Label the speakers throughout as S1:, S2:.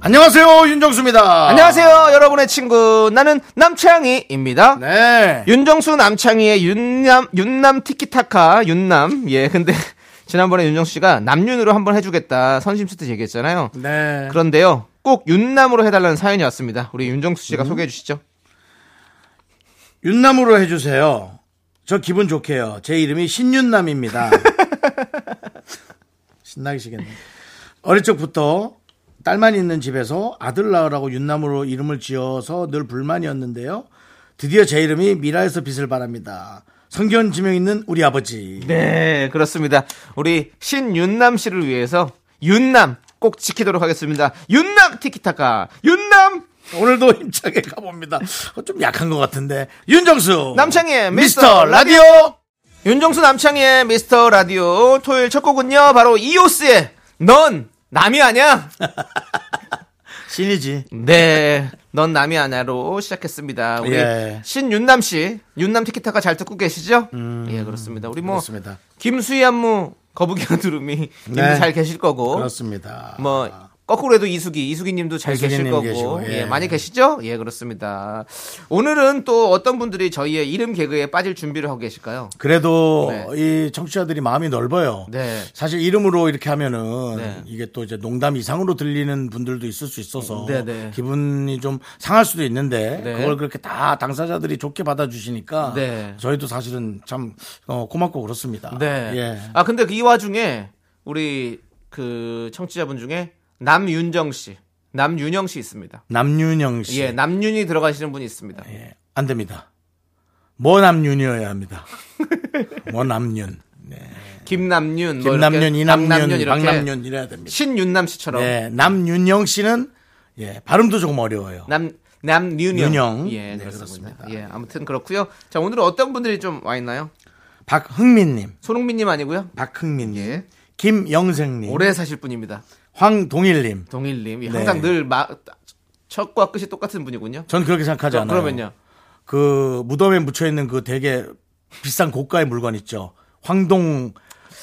S1: 안녕하세요 윤정수입니다.
S2: 안녕하세요, 여러분의 친구. 나는 남창희입니다.
S1: 네.
S2: 윤정수 남창희의 윤남, 윤남 티키타카, 윤남. 예, 근데 지난번에 윤정수 씨가 남윤으로 한번 해주겠다. 선심수 때 얘기했잖아요.
S1: 네.
S2: 그런데요, 꼭 윤남으로 해달라는 사연이 왔습니다. 우리 윤정수
S1: 음.
S2: 씨가 소개해 주시죠.
S1: 윤남으로 해주세요. 저 기분 좋게요. 제 이름이 신윤남입니다. 신나게 시겠네. 어릴 적부터 딸만 있는 집에서 아들 낳으라고 윤남으로 이름을 지어서 늘 불만이었는데요. 드디어 제 이름이 미라에서 빛을 발합니다. 성견 지명 있는 우리 아버지.
S2: 네, 그렇습니다. 우리 신윤남 씨를 위해서 윤남 꼭 지키도록 하겠습니다. 윤남 티키타카, 윤남
S1: 오늘도 힘차게 가봅니다. 어, 좀 약한 것 같은데. 윤정수.
S2: 남창희의
S1: 미스터
S2: 미스터
S1: 라디오.
S2: 윤정수 남창희의 미스터 라디오 토요일 첫 곡은요 바로 이오스의 넌 남이 아냐
S1: 신이지.
S2: 네넌 남이 아냐로 시작했습니다 우리
S1: 예.
S2: 신윤남 씨 윤남 티키타카 잘 듣고 계시죠 예 그렇습니다 우리 뭐
S1: 음, 그렇습니다.
S2: 김수희 안무 거북이와 두루미 님도
S1: 네.
S2: 잘 계실 거고
S1: 그렇습니다.
S2: 어? 뭐 거꾸로 해도 이수기 이수기님도 잘
S1: 이수기
S2: 계실
S1: 님
S2: 거고
S1: 계시고, 예.
S2: 예. 많이 계시죠 예 그렇습니다 오늘은 또 어떤 분들이 저희의 이름 개그에 빠질 준비를 하고 계실까요
S1: 그래도 이 청취자들이 마음이 넓어요.
S2: 네.
S1: 사실 이름으로 이렇게 하면은
S2: 네.
S1: 이게 또 이제 농담 이상으로 들리는 분들도 있을 수 있어서
S2: 네, 네.
S1: 기분이 좀 상할 수도 있는데
S2: 네.
S1: 그걸 그렇게 다 당사자들이 좋게 받아주시니까
S2: 네.
S1: 저희도 사실은 참 어, 고맙고 그렇습니다.
S2: 네.
S1: 예.
S2: 아 근데 이 와중에 우리 그 청취자분 중에 남윤정 씨, 남윤영 씨 있습니다.
S1: 남윤영 씨.
S2: 예, 남윤이 들어가시는 분이 있습니다.
S1: 예, 안 됩니다. 뭐 남윤이어야 합니다. 뭐 남윤.
S2: 김남윤, 뭐
S1: 김남윤,
S2: 이렇게
S1: 이남윤,
S2: 남남윤 이렇게
S1: 박남윤 이래야 됩니다.
S2: 신윤남 씨처럼
S1: 네, 남윤영 씨는 예, 발음도 조금 어려워요.
S2: 남 남윤영.
S1: 윤영.
S2: 예,
S1: 네,
S2: 그렇습니다.
S1: 그렇습니다.
S2: 예, 아무튼 그렇고요. 자, 오늘은 어떤 분들이 좀 와 있나요?
S1: 박흥민님,
S2: 손흥민님 아니고요.
S1: 박흥민님,
S2: 예.
S1: 김영생님,
S2: 오래 사실 분입니다.
S1: 황동일님.
S2: 동일님. 예,
S1: 네.
S2: 항상 늘 마, 첫과 끝이 똑같은 분이군요.
S1: 전 그렇게 생각하지
S2: 그-
S1: 않아요.
S2: 그러면요.
S1: 그 무덤에 묻혀 있는 그 되게 비싼 고가의 물건 있죠. 황동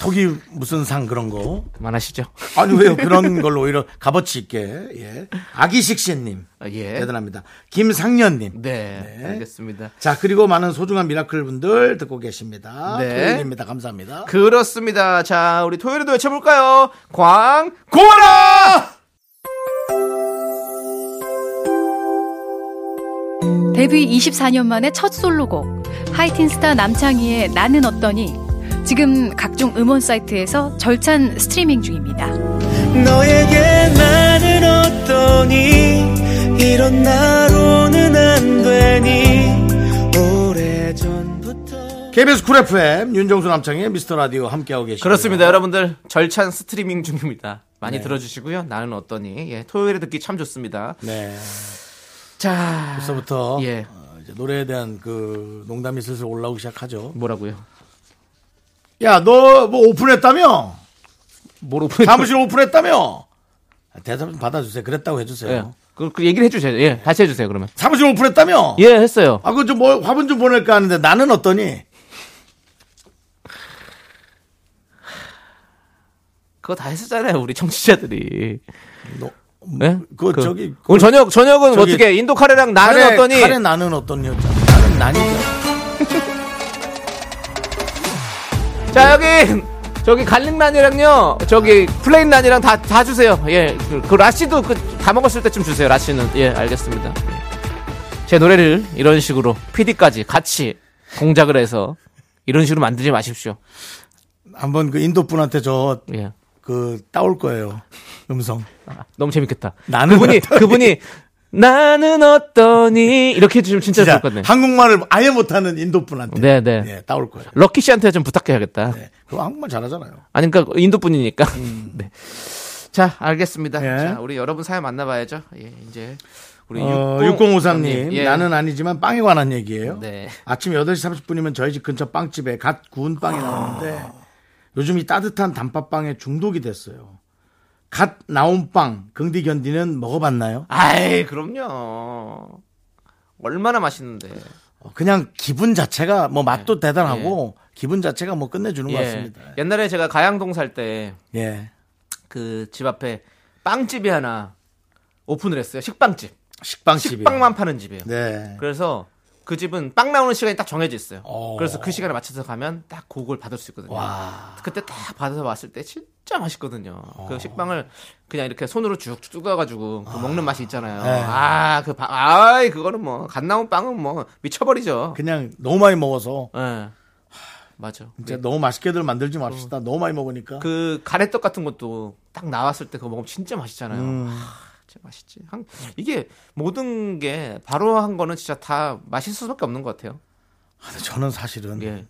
S1: 토기 무슨 상 그런 거.
S2: 그만하시죠.
S1: 아니 왜요? 그런 걸로 오히려 값어치 있게. 예. 아기식 씨님.
S2: 아, 예.
S1: 대단합니다. 김상년님.
S2: 네, 알겠습니다.
S1: 자 그리고 많은 소중한 미라클 분들 듣고 계십니다.
S2: 네.
S1: 토요일입니다. 감사합니다.
S2: 그렇습니다. 자, 우리 토요일에도 외쳐볼까요? 광고라!
S3: 데뷔 24년 만에 첫 솔로곡 하이틴스타 남창희의 나는 어떠니 지금 각종 음원 사이트에서 절찬 스트리밍 중입니다.
S4: 너에게 나는 어떠니 이런 나로는 안 되니 오래전부터
S1: KBS 쿨 FM 윤정수 남창의 미스터 라디오 함께하고 계십니다.
S2: 그렇습니다, 여러분들. 절찬 스트리밍 중입니다.
S1: 네.
S2: 많이 들어주시고요. 나는 어떠니? 예, 토요일에 듣기 참 좋습니다.
S1: 네.
S2: 자,
S1: 벌써부터
S2: 예.
S1: 어, 이제 노래에 대한 그 농담이 슬슬 올라오기 시작하죠.
S2: 뭐라고요?
S1: 야, 너 뭐 오픈했다며?
S2: 뭘 오픈?
S1: 사무실 오픈했다며? 대답 좀 받아주세요. 그랬다고 해주세요.
S2: 예. 그, 그 얘기를 해주세요. 예, 다시 해주세요, 그러면.
S1: 사무실 오픈했다며?
S2: 예, 했어요.
S1: 아, 그 좀 뭐, 화분 좀 보낼까 하는데 나는 어떠니?
S2: 그거 다 했었잖아요, 우리 청취자들이.
S1: 너- 뭐,
S2: 예?
S1: 그거 저기-
S2: 오늘 저녁, 저녁은
S1: 저기-
S2: 어떻게, 인도 카레랑 나는
S1: 카레,
S2: 어떠니?
S1: 카레 나는 어떠니였잖아. 나는 난이죠.
S2: 자 여기 저기 갈릭란이랑요 저기 플레인 난이랑 다 다 주세요 예그 그 라씨도 그 다 먹었을 때쯤 주세요 라씨는 예 알겠습니다 예. 제 노래를 이런 식으로 PD까지 같이 공작을 해서 이런 식으로 만들지 마십시오
S1: 한번 그 인도 분한테 저,
S2: 예
S1: 그, 따올 거예요. 음성.
S2: 아, 너무 재밌겠다
S1: 나는
S2: 그분이
S1: 어떠니?
S2: 그분이 나는 어떠니 이렇게 해주시면 진짜
S1: 진짜
S2: 좋을 것같네
S1: 한국말을 아예 못하는 인도 분한테.
S2: 네, 네.
S1: 예, 따올 거예요.
S2: 럭키 씨한테 좀 부탁해야겠다
S1: 네. 그거 한국말 잘하잖아요.
S2: 아니 그러니까 인도 분이니까 네. 자 알겠습니다
S1: 음. 예.
S2: 자 우리 여러분 사연 만나봐야죠 예 이제 우리
S1: 어,
S2: 60
S1: 6053님,
S2: 예.
S1: 나는 아니지만 빵에 관한 얘기예요.
S2: 네.
S1: 아침 8시 30분이면 저희 집 근처 빵집에 갓 구운
S2: 아.
S1: 빵이 나오는데 요즘 이 따뜻한 단팥빵에 중독이 됐어요. 갓 나온 빵, 긍디 견디는 먹어봤나요?
S2: 아이 그럼요. 얼마나 맛있는데.
S1: 어, 그냥 기분 자체가 뭐 맛도 대단하고 기분 자체가 뭐 끝내주는 것
S2: 네. 예.
S1: 같습니다.
S2: 옛날에 제가 가양동 살 때
S1: 예.
S2: 그 집 앞에 빵집이 하나 오픈을 했어요. 식빵집.
S1: 식빵집이.
S2: 식빵만 파는 집이에요.
S1: 네.
S2: 그래서 그 집은 빵 나오는 시간이 딱 정해져 있어요.
S1: 어.
S2: 그래서 그 시간에 맞춰서 가면 딱 곡을 받을 수 있거든요. 그때 딱 받아서 왔을 때 진짜 맛있거든요.
S1: 어.
S2: 그 식빵을 그냥 이렇게 손으로 쭉쭉 뜯어가지고 그 먹는 맛이 있잖아요.
S1: 네.
S2: 아, 그, 바, 아이, 그거는 뭐, 갓 나온 빵은 뭐, 미쳐버리죠.
S1: 그냥 너무 많이 먹어서
S2: 예. 맞아.
S1: 진짜 너무 맛있게들 만들지 맙시다. 너무 많이 먹으니까.
S2: 네. 어. 그 가래떡 같은 것도 딱 나왔을 때 그거 먹으면 진짜 맛있잖아요.
S1: 음.
S2: 아, 진짜 맛있지. 한- 이게 모든 게 바로 한 거는 진짜 다 맛있을 수밖에 없는 것 같아요.
S1: 근데 저는 사실은
S2: 예.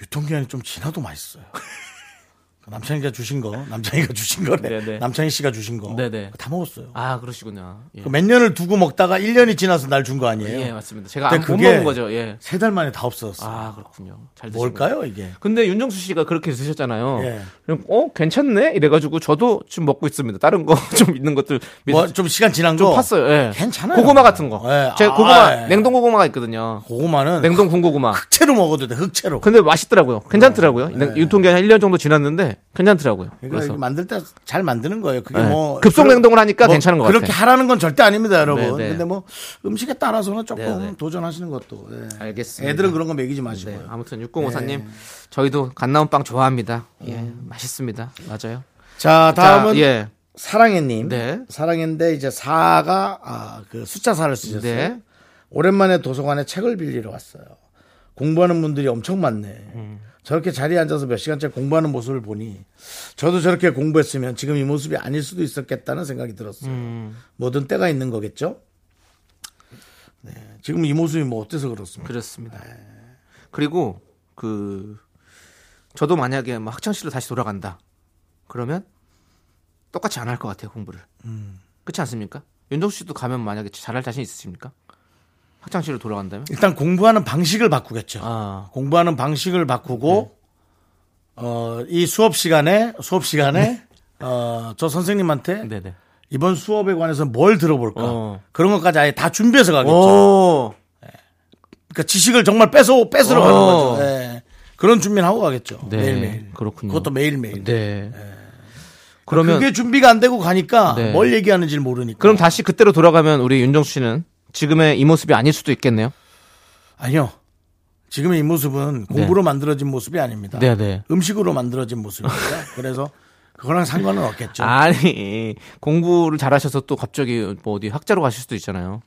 S1: 유통기한이 좀 지나도 맛있어요. 그 남창이가 주신 거, 남창이가 주신 거래.
S2: 네네.
S1: 남창이 씨가 주신 거.
S2: 네네.
S1: 그거 다 먹었어요.
S2: 아 그러시군요. 예,
S1: 그몇 년을 두고 먹다가 1년이 지나서 날 준 거 아니에요?
S2: 예, 맞습니다. 제가
S1: 근데
S2: 안, 못
S1: 그게-
S2: 먹은 거죠. 예.
S1: 세 달 만에 다 없어졌어요.
S2: 아 네. 그렇군요. 잘 드시고.
S1: 뭘까요, 이게?
S2: 근데 윤정수 씨가 그렇게 드셨잖아요.
S1: 예.
S2: 그럼 어 괜찮네 이래가지고 저도 지금 먹고 있습니다. 다른 거 좀 있는 것들 밑에
S1: 뭐, 좀 시간 지난
S2: 좀
S1: 거.
S2: 팠어요. 예.
S1: 괜찮아요.
S2: 고구마 같은 거.
S1: 예.
S2: 제가
S1: 아,
S2: 고구마
S1: 예.
S2: 냉동 고구마가 있거든요.
S1: 고구마는
S2: 냉동 군고구마.
S1: 흑채로 먹어도 돼, 흑채로.
S2: 근데 맛있더라고요. 괜찮더라고요. 유통기한 한 1년 정도 지났는데 괜찮더라고요.
S1: 네. 그러니까
S2: 그래서
S1: 이거 만들 때 잘 만드는 거예요. 그게
S2: 네.
S1: 뭐
S2: 급속
S1: 그렇-
S2: 냉동을 하니까 괜찮은 것
S1: 그렇게
S2: 같아요.
S1: 하라는 건 절대 아닙니다, 여러분.
S2: 네, 네.
S1: 근데 뭐 음식에 따라서는 조금
S2: 네, 네.
S1: 도전하시는 것도. 예.
S2: 알겠습니다.
S1: 애들은 그런 거 먹이지 마시고요. 네.
S2: 네, 아무튼 6054님 저희도 갓 나온 빵 좋아합니다. 예, 맛있습니다. 맞아요.
S1: 자, 음. 다음은
S2: 자, 예.
S1: 사랑해님.
S2: 네.
S1: 사랑해인데 이제 4가 그 숫자 4를 쓰셨어요.
S2: 네.
S1: 오랜만에 도서관에 책을 빌리러 왔어요. 공부하는 분들이 엄청 많네.
S2: 음.
S1: 저렇게 자리에 앉아서 몇 시간째 공부하는 모습을 보니 저도 저렇게 공부했으면 지금 이 모습이 아닐 수도 있었겠다는 생각이 들었어요. 뭐든 때가 있는 거겠죠? 네. 지금 이 모습이 뭐 어때서 그렇습니까?
S2: 그렇습니다. 네. 그리고 그 저도 만약에 뭐 학창 시절로 다시 돌아간다. 그러면 똑같이 안 할 것 같아요, 공부를. 그렇지 않습니까? 윤정수 씨도 가면 만약에 잘할 자신 있으십니까? 학창 시절로 돌아간다면?
S1: 일단 공부하는 방식을 바꾸겠죠.
S2: 아. 네.
S1: 공부하는 방식을 바꾸고 어, 이 수업 시간에 수업 시간에 어, 저 선생님한테
S2: 네, 네.
S1: 이번 수업에 관해서 뭘 들어볼까
S2: 어.
S1: 그런 것까지 아예 다 준비해서 가겠죠.
S2: 오.
S1: 그러니까 지식을 정말 뺏어 뺏으러 가는
S2: 어.
S1: 거죠. 예. 그런 준비는 하고 가겠죠.
S2: 네,
S1: 매일매일
S2: 그렇군요.
S1: 그것도 매일매일.
S2: 네. 그러면
S1: 그게 준비가 안 되고 가니까
S2: 네.
S1: 뭘 얘기하는지 를 모르니까.
S2: 그럼 다시 그때로 돌아가면 우리 윤정수 씨는 지금의 이 모습이 아닐 수도 있겠네요.
S1: 아니요. 지금의 이 모습은 공부로 만들어진 모습이 아닙니다.
S2: 네, 네.
S1: 음식으로 만들어진 모습입니다. 그래서 그거랑 상관은 없겠죠.
S2: 아니 공부를 잘하셔서 또 갑자기 뭐 어디 학자로 가실 수도 있잖아요.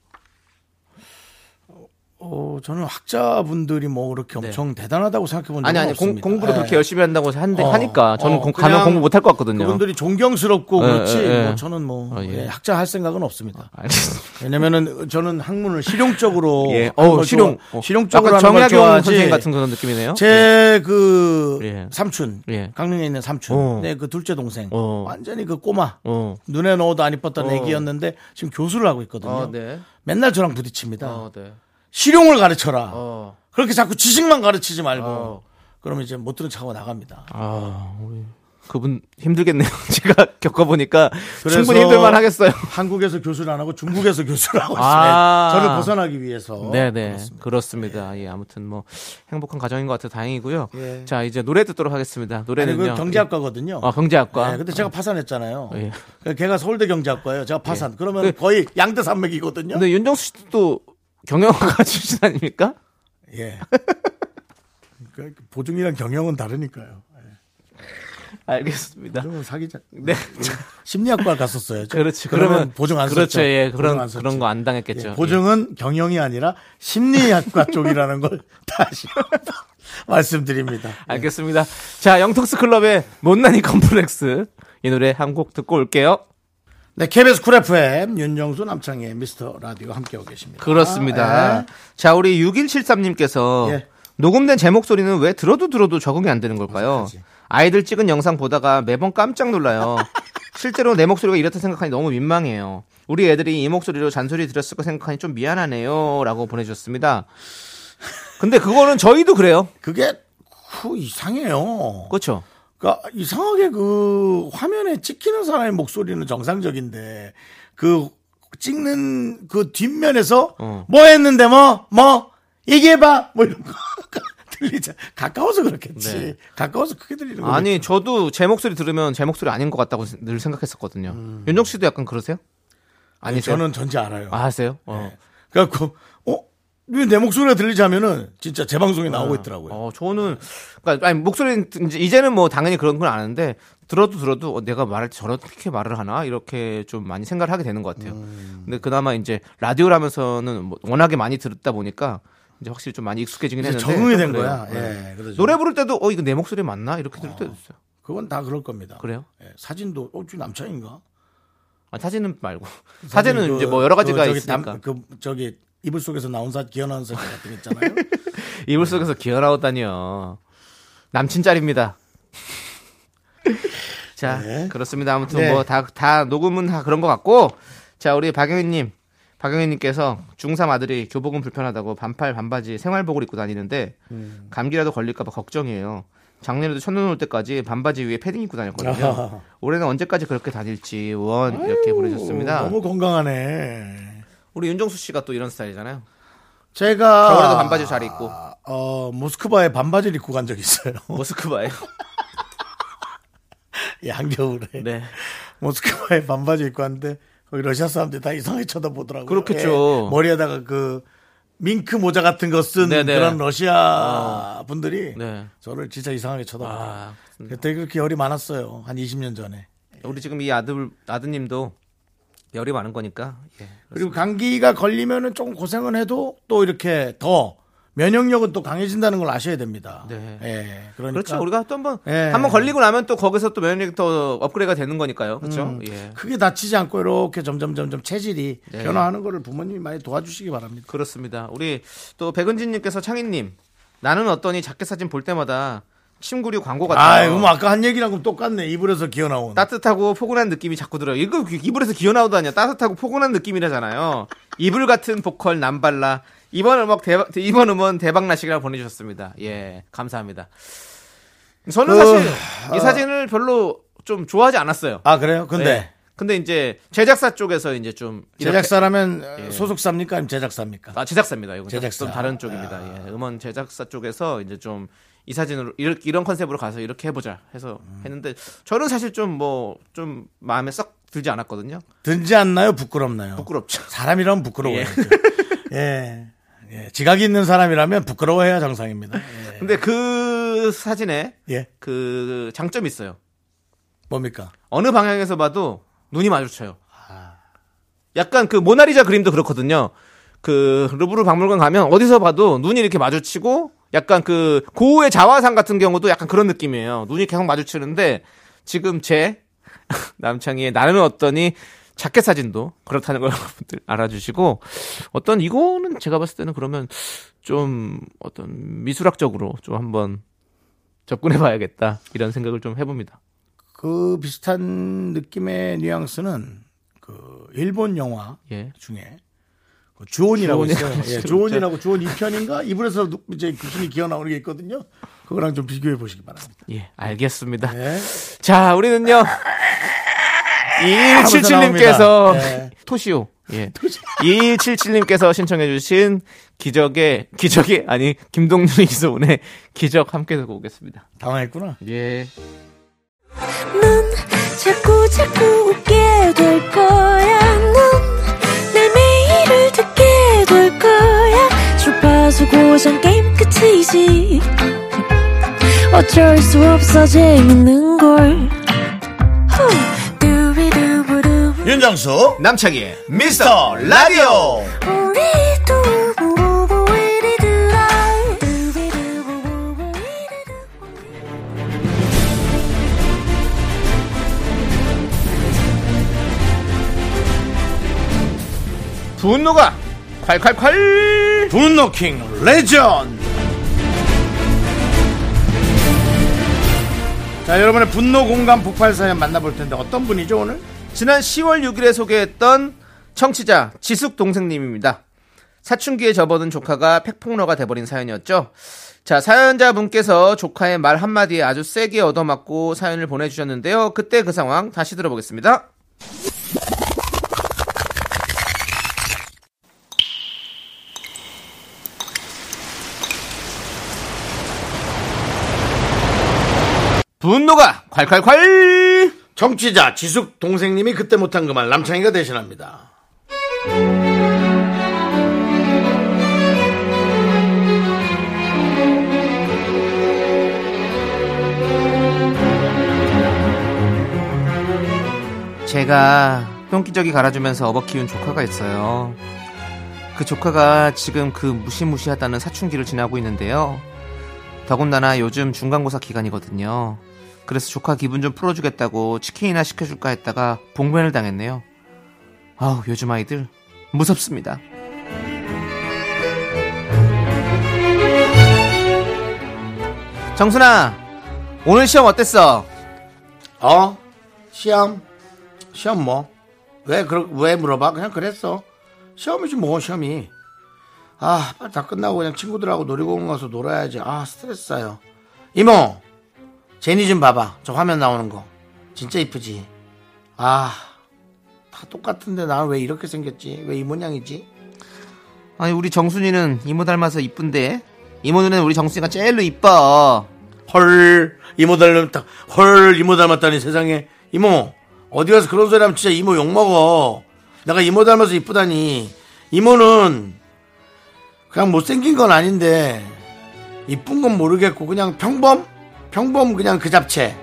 S1: 어, 저는 학자분들이 뭐 그렇게 엄청 대단하다고 생각해 본 적은
S2: 네. 아니 아니 공,
S1: 없습니다.
S2: 공부를
S1: 예.
S2: 그렇게 열심히 한다고 한데
S1: 어,
S2: 하니까 저는
S1: 어,
S2: 공- 가면
S1: 그냥
S2: 공부 못 할 것 같거든요.
S1: 그분들이 존경스럽고
S2: 예,
S1: 그렇지
S2: 예, 예.
S1: 뭐 저는 뭐
S2: 어, 예.
S1: 예, 학자 할 생각은 없습니다.
S2: 알겠습니다.
S1: 왜냐면은 저는 학문을 실용적으로
S2: 예.
S1: 하는
S2: 어,
S1: 걸
S2: 실용
S1: 좋아-
S2: 어.
S1: 실용적으로
S2: 약간
S1: 하는 걸
S2: 정약용
S1: 좋아하지.
S2: 선생님 같은 그런 느낌이네요.
S1: 제그
S2: 예.
S1: 삼촌
S2: 예.
S1: 강릉에 있는 삼촌
S2: 어.
S1: 네, 그 둘째 동생
S2: 어.
S1: 완전히 그 꼬마
S2: 어.
S1: 눈에 넣어도 안 이뻤던
S2: 어.
S1: 애기였는데 지금 교수를 하고 있거든요.
S2: 어, 네.
S1: 맨날 저랑 부딪힙니다.
S2: 어, 네.
S1: 실용을 가르쳐라.
S2: 어.
S1: 그렇게 자꾸 지식만 가르치지 말고
S2: 어.
S1: 그러면 이제 못 들은 척하고 나갑니다.
S2: 아, 우리 그분 힘들겠네요. 제가 겪어보니까
S1: 그래서
S2: 충분히 힘들만 하겠어요.
S1: 한국에서 교수를 안 하고 중국에서 교수를 하고 있어요.
S2: 아.
S1: 저를 벗어나기 위해서.
S2: 네네 그렇습니다. 예. 아무튼 뭐 행복한 가정인 것 같아 서 다행이고요.
S1: 예.
S2: 자 이제 노래 듣도록 하겠습니다.
S1: 아니,
S2: 노래는요.
S1: 그 경제학과거든요.
S2: 네, 아 경제학과.
S1: 네, 근데 제가 파산했잖아요.
S2: 예.
S1: 그러니까 걔가 서울대 경제학과예요. 제가 파산. 그러면
S2: 그-
S1: 거의 양대 산맥이거든요.
S2: 근데 윤정수 씨도 경영학과 출신 아닙니까?
S1: 예. 그러니까 보증이랑 경영은 다르니까요.
S2: 알겠습니다.
S1: 그러면 사기자.
S2: 네.
S1: 심리학과 갔었어요. 저.
S2: 그렇지.
S1: 그러면
S2: 그러면
S1: 보증 안
S2: 그렇죠.
S1: 썼죠.
S2: 예. 그런
S1: 보증 안 썼죠.
S2: 그런 거 안
S1: 예,
S2: 당했겠죠.
S1: 보증은 경영이 아니라 심리학과 쪽이라는 걸 다시 한번 말씀드립니다.
S2: 예. 알겠습니다. 자, 영턱스 클럽의 못난이 컴플렉스 이 노래 한 곡 듣고 올게요.
S1: 네, KBS 쿨 FM 윤정수 남창의 미스터 라디오 함께하고 계십니다.
S2: 그렇습니다.
S1: 예.
S2: 아, 자, 우리 6173님께서
S1: 예.
S2: 녹음된 제 목소리는 왜 들어도 들어도 적응이 안 되는 걸까요? 아이들 찍은 영상 보다가 매번 깜짝 놀라요. 실제로 내 목소리가 이렇다 생각하니 너무 민망해요. 우리 애들이 이 목소리로 잔소리 들었을 거 생각하니 좀 미안하네요. 라고 보내주셨습니다. 근데 그거는 저희도 그래요.
S1: 그게 후, 이상해요.
S2: 그렇죠.
S1: 그러니까 이상하게 그 화면에 찍히는 사람의 목소리는 정상적인데 그 찍는 그 뒷면에서
S2: 어.
S1: 뭐 했는데 뭐 뭐 얘기해봐 뭐 이런 거 들리자 가까워서 그렇겠지
S2: 네.
S1: 가까워서 크게 들리는 거
S2: 아니, 저도 제 목소리 들으면 제 목소리 아닌 것 같다고 늘 생각했었거든요. 윤정 씨도 약간 그러세요?
S1: 음.
S2: 아니세요?
S1: 네, 저는 네. 전지 알아요.
S2: 아, 하세요? 어.
S1: 그래갖고 어왜 내 목소리가 들리자면은 진짜 제 방송에 나오고 있더라고요.
S2: 어, 저는 그러니까 아니 목소리는 이제 이제는 뭐 당연히 그런 건 아는데 들어도 들어도 어, 내가 말할 때 저렇게 말을 하나 이렇게 좀 많이 생각을 하게 되는 것 같아요.
S1: 음.
S2: 근데 그나마 이제 라디오라면서는 뭐 워낙에 많이 들었다 보니까 이제 확실히 좀 많이 익숙해지긴
S1: 이제
S2: 했는데
S1: 적응이
S2: 또
S1: 된
S2: 그래요.
S1: 거야.
S2: 네.
S1: 예, 그러죠.
S2: 노래 부를 때도 어 이거 내 목소리 맞나 이렇게 들을 때도 있어요.
S1: 그건 다 그럴 겁니다.
S2: 그래요?
S1: 예, 사진도 어, 저 남창인가?
S2: 아, 사진은 말고 사진은
S1: 그-
S2: 이제 뭐 여러 가지가
S1: 그 저기
S2: 있으니까
S1: 남- 그 저기 이불 속에서 나온 사 기어나온 사진 같은 거 있잖아요.
S2: 이불 속에서 기어나오다니요. 남친 짤입니다. 자,
S1: 네.
S2: 그렇습니다. 아무튼
S1: 네.
S2: 뭐 다 다 녹음은 다 그런 것 같고, 자 우리 박영희님, 박영희님께서 중3 아들이 교복은 불편하다고 반팔 반바지 생활복을 입고 다니는데
S1: 음.
S2: 감기라도 걸릴까봐 걱정이에요. 작년에도 첫눈 올 때까지 반바지 위에 패딩 입고 다녔거든요.
S1: 아하.
S2: 올해는 언제까지 그렇게 다닐지 원 이렇게 보내셨습니다.
S1: 어, 너무 건강하네.
S2: 우리 윤정수 씨가 또 이런 스타일이잖아요.
S1: 제가
S2: 겨울에도 반바지 잘 입고
S1: 어 모스크바에 반바지를 입고 간 적이 있어요.
S2: 모스크바에.
S1: 양겨울에
S2: 네.
S1: 예, 모스크바에 반바지 입고 왔는데 거기 러시아 사람들이 다 이상하게 쳐다보더라고요.
S2: 그렇겠죠.
S1: 예, 머리에다가 그 밍크 모자 같은 거 쓴
S2: 네네.
S1: 그런 러시아 분들이
S2: 네.
S1: 저를 진짜 이상하게 쳐다보더라고요.
S2: 아,
S1: 그때 그렇게 열이 많았어요. 한 20년 전에.
S2: 우리 지금 이 아들 아드님도 열이 많은 거니까 예.
S1: 그리고 감기가 걸리면은 조금 고생은 해도 또 이렇게 더 면역력은 또 강해진다는 걸 아셔야 됩니다.
S2: 네.
S1: 예. 그러니까
S2: 그렇죠. 우리가 또 한번
S1: 예.
S2: 한번 걸리고 나면 또 거기서 또 면역력이 더 업그레이드가 되는 거니까요. 그렇죠?
S1: 음.
S2: 예.
S1: 크게 다치지 않고 이렇게 점점 점점 체질이
S2: 네.
S1: 변화하는 거를 부모님이 많이 도와주시기 바랍니다.
S2: 그렇습니다. 우리 또 백은진 님께서 창인 님. 나는 어떠니 자켓 사진 볼 때마다 침구류 광고
S1: 아,
S2: 같아요.
S1: 이거 뭐 아까 한 얘기랑 똑같네. 이불에서 기어 나온.
S2: 따뜻하고 포근한 느낌이 자꾸 들어요. 이거 귀- 이불에서 기어나오다니 따뜻하고 포근한 느낌이라잖아요. 이불 같은 보컬 남발라. 이번 음악 대박, 이번 음원 대박 나시기라 보내주셨습니다. 예, 감사합니다. 저는
S1: 그,
S2: 사실
S1: 아.
S2: 이 사진을 별로 좀 좋아하지 않았어요.
S1: 아, 그래요? 근데
S2: 예. 근데 이제 제작사 쪽에서 이제 좀 이렇게- 예.
S1: 제작사라면 소속사입니까? 아니면 제작사입니까?
S2: 아 제작사입니다. 이거
S1: 제작사. 아.
S2: 좀 다른 쪽입니다. 예, 음원 제작사 쪽에서 이제 좀 이 사진으로 이런, 이런 컨셉으로 가서 이렇게 해보자 해서
S1: 음.
S2: 했는데 저는 사실 좀 뭐 좀 마음에 썩 들지 않았거든요.
S1: 든지 않나요? 부끄럽나요?
S2: 부끄럽죠.
S1: 사람이라면 부끄러워요. 예. 예. 예. 지각이 있는 사람이라면 부끄러워해야 정상입니다. 예.
S2: 근데 그 사진에
S1: 예.
S2: 그 장점이 있어요.
S1: 뭡니까?
S2: 어느 방향에서 봐도 눈이 마주쳐요. 약간 그 모나리자 그림도 그렇거든요. 그 루브르 박물관 가면 어디서 봐도 눈이 이렇게 마주치고 약간 그 고흐의 자화상 같은 경우도 약간 그런 느낌이에요. 눈이 계속 마주치는데 지금 제 남창희의 나는 어떠니 자켓 사진도 그렇다는 걸 여러분들 알아주시고 어떤 이거는 제가 봤을 때는 그러면 좀 어떤 미술학적으로 좀 한번 접근해 봐야겠다 이런 생각을 좀 해봅니다.
S1: 그 비슷한 느낌의 뉘앙스는 그 일본 영화
S2: 예.
S1: 중에 그 주온이라고
S2: 주온이라고
S1: 있어요. 예,
S2: 진짜.
S1: 주온이라고 주온 2편인가 이불에서 누- 이제 귀신이 기어 나오는 게 있거든요. 그거랑 좀 비교해 보시기 바랍니다.
S2: 예, 알겠습니다.
S1: 예.
S2: 자, 우리는요. 2177님께서
S1: 나옵니다. 네.
S2: 토시오. 예. 2177님께서 신청해 주신 기적의 기적의 아니 김동률 이소은의 기적 함께 듣고 오겠습니다.
S1: 당황했구나.
S2: 예.
S5: 넌 자꾸 자꾸 웃게 될 거야. 넌내 매일을 듣게 될 거야. 주파수 고정 게임 끝이지. 어쩔 수 없어 재밌는 걸. 후. 두비두부두.
S1: 윤정수
S2: 남창희의
S1: 미스터 라디오.
S5: 우리 두부부부 우리 두라. 두비두부부부 우리 두부부.
S2: 분노가 콸콸콸!
S1: 분노킹 레전드. 자, 여러분의 분노 공감 폭발 사연 만나볼 텐데 어떤 분이죠, 오늘?
S2: 지난 10월 6일에 소개했던 청취자 지숙 동생님입니다. 사춘기에 접어든 조카가 팩폭러가 돼버린 사연이었죠. 자 사연자분께서 조카의 말 한마디에 아주 세게 얻어맞고 사연을 보내주셨는데요. 그때 그 상황 다시 들어보겠습니다. 분노가 콸콸콸!
S1: 정취자 지숙 동생님이 그때 못한 그 말 남창희가 대신합니다.
S2: 제가 똥기저귀 갈아주면서 업어 키운 조카가 있어요. 그 조카가 지금 그 무시무시하다는 사춘기를 지나고 있는데요. 더군다나 요즘 중간고사 기간이거든요. 그래서 조카 기분 좀 풀어주겠다고 치킨이나 시켜줄까 했다가 봉변을 당했네요. 아우, 요즘 아이들 무섭습니다. 정순아, 오늘 시험 어땠어?
S1: 어? 시험? 시험 뭐? 왜, 그러, 왜 물어봐? 그냥 그랬어. 시험이지 뭐, 시험이. 아, 빨리 다 끝나고 그냥 친구들하고 놀이공원 가서 놀아야지. 아, 스트레스 쌓여. 이모! 제니 좀 봐봐. 저 화면 나오는 거. 진짜 이쁘지? 아, 다 똑같은데 나는 왜 이렇게 생겼지? 왜 이 모양이지?
S2: 아니 우리 정순이는 이모 닮아서 이쁜데 이모 눈에는 우리 정순이가 제일로 이뻐
S1: 헐, 이모 닮았다. 헐, 이모 닮았다니 세상에. 이모, 어디 가서 그런 소리 하면 진짜 이모 욕먹어. 내가 이모 닮아서 이쁘다니. 이모는 그냥 못생긴 건 아닌데, 이쁜 건 모르겠고, 그냥 평범? 평범 그냥 그 잡채.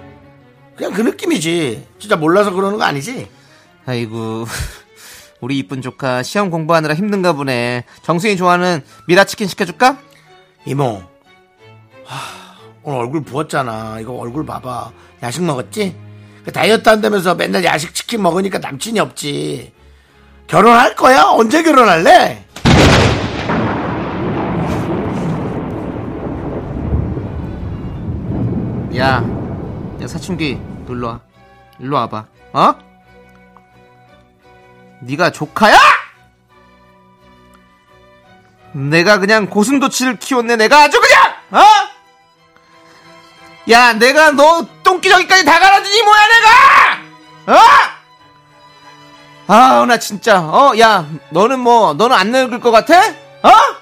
S1: 그냥 그 느낌이지. 진짜 몰라서 그러는 거 아니지?
S2: 아이고 우리 이쁜 조카 시험 공부하느라 힘든가 보네 정순이 좋아하는 미라치킨 시켜줄까?
S1: 이모, 하, 오늘 얼굴 부었잖아. 이거 얼굴 봐봐. 야식 먹었지? 그 다이어트 한다면서 맨날 야식 치킨 먹으니까 남친이 없지. 결혼할 거야? 언제 결혼할래?
S2: 야, 야 사춘기 놀러와 일로 와봐 어? 네가 조카야? 내가 그냥 고슴도치를 키웠네 내가 아주 그냥 어? 야 내가 너 똥기저귀까지 다 갈아주니 뭐야 내가 어? 아나 진짜 어 야 너는 뭐 너는 안 늙을 것 같아? 어?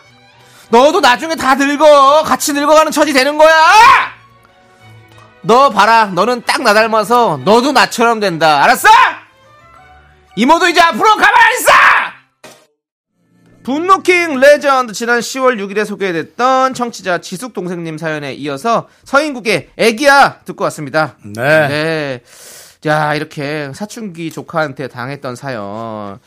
S2: 너도 나중에 다 늙어 같이 늙어가는 처지 되는 거야 너 봐라 너는 딱 나 닮아서 너도 나처럼 된다 알았어? 이모도 이제 앞으로 가만히 있어 분노킹 레전드 지난 10월 6일에 소개됐던 청취자 지숙 동생님 사연에 이어서 서인국의 애기야 듣고 왔습니다
S1: 네.
S2: 네. 자, 이렇게 사춘기 조카한테 당했던 사연.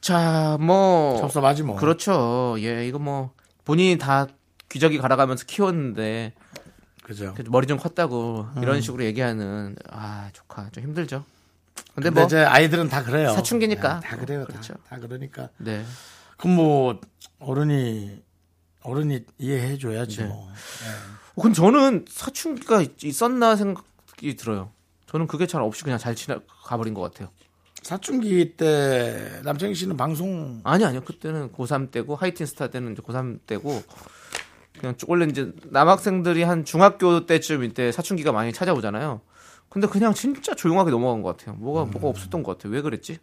S2: 자, 뭐.
S1: 섭섭하지 뭐.
S2: 그렇죠. 예, 이거 뭐. 본인이 다 귀저귀 갈아가면서 키웠는데
S1: 그죠.
S2: 그래도 머리 좀 컸다고 이런 식으로 얘기하는 아 조카 좀 힘들죠. 근데
S1: 근데
S2: 뭐
S1: 이제 아이들은 다 그래요.
S2: 사춘기니까.
S1: 네, 다 그래요. 다.
S2: 그렇죠.
S1: 다 그러니까.
S2: 네.
S1: 그럼 뭐, 어른이, 어른이 이해해줘야지
S2: 네.
S1: 뭐.
S2: 어, 근데 저는 사춘기가 있- 있었나 생각이 들어요. 저는 그게 잘 없이 그냥 잘 지나 가버린 것 같아요.
S1: 사춘기 때 남창희 씨는 방송
S2: 아니 아니요 그때는 고3 때고 하이틴 스타 때는 이제 고3 때고 그냥 쭉- 원래 이제 남학생들이 한 중학교 때쯤 이때 사춘기가 많이 찾아오잖아요 근데 그냥 진짜 조용하게 넘어간 것 같아요 뭐가 뭐가 없었던 것 같아요 왜 그랬지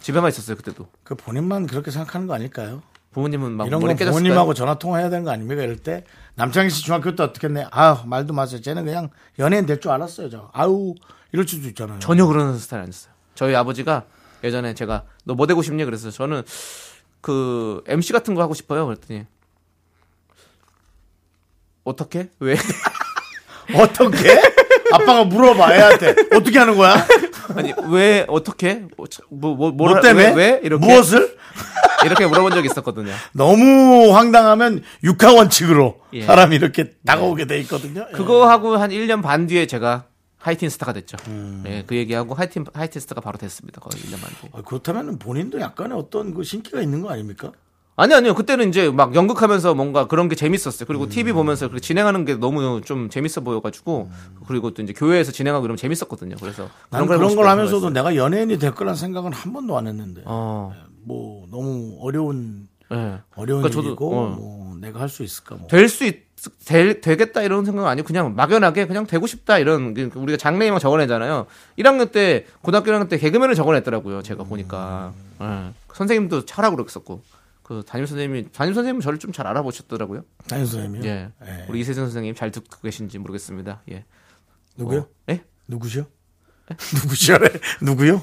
S2: 집에만 있었어요 그때도
S1: 그 본인만 그렇게 생각하는 거 아닐까요?
S2: 부모님은 막
S1: 이런
S2: 머리
S1: 건
S2: 깨졌을까요?
S1: 부모님하고 전화 통화해야 되는 거 아닙니까? 이럴 때 남창희 씨 중학교 때 어떻게 했네? 아 말도 마세요. 쟤는 그냥 연예인 될 줄 알았어요. 저 아우 이럴 수도 있잖아요.
S2: 전혀 그런 스타일 아니었어요. 저희 아버지가 예전에 제가 너 뭐 되고 싶냐 그래서 저는 그 MC 같은 거 하고 싶어요. 그랬더니 어떻게? 왜?
S1: 어떻게? 아빠가 물어봐 애한테 어떻게 하는 거야?
S2: 아니 왜 어떻게? 뭐뭐
S1: 뭐
S2: 뭐라
S1: 때문에?
S2: 왜, 왜? 이렇게
S1: 무엇을?
S2: 이렇게 물어본 적이 있었거든요.
S1: 너무 황당하면 육하 원칙으로
S2: 예.
S1: 사람이 이렇게 다가오게 돼 있거든요. 예.
S2: 그거 하고 한 1년 반 뒤에 제가 하이틴 스타가 됐죠.
S1: 음.
S2: 예, 그 얘기하고 하이틴 하이틴 스타가 바로 됐습니다. 거의 1년 반 뒤에.
S1: 아, 그렇다면 본인도 약간의 어떤 그 신기가 있는 거 아닙니까?
S2: 아니 아니요 그때는 이제 막 연극하면서 뭔가 그런 게 재밌었어요.
S1: 음.
S2: 그리고 TV 보면서 그렇게 진행하는 게 너무 좀 재밌어 보여가지고 그리고 또 이제 교회에서 진행하고 이러면 재밌었거든요. 그래서
S1: 음. 난
S2: 걸
S1: 그런
S2: 해보고
S1: 걸
S2: 싶다
S1: 하면서도
S2: 생각했어요.
S1: 내가 연예인이 될 거란 생각은 한 번도 안 했는데
S2: 어,
S1: 뭐 너무 어려운
S2: 예.
S1: 어려운
S2: 그러니까 저도,
S1: 일이고
S2: 어.
S1: 뭐 내가 할 수 있을까 뭐.
S2: 될 수 있, 될, 되겠다 이런 생각 아니고 그냥 막연하게 그냥 되고 싶다 이런 그- 우리가 장래희망 적어내잖아요. 1학년 때 고등학교 1학년 때 개그맨을 적어냈더라고요. 제가
S1: 음.
S2: 보니까 예. 선생님도 잘하고 그랬었고 그 담임 선생님이 담임 선생님 저를 좀 잘 알아보셨더라고요.
S1: 담임 선생님이요?
S2: 예.
S1: 예.
S2: 우리 이세준 선생님 잘 듣고 계신지 모르겠습니다. 예.
S1: 누구요?
S2: 어, 예?
S1: 누구시요? 누구시요? 누구요?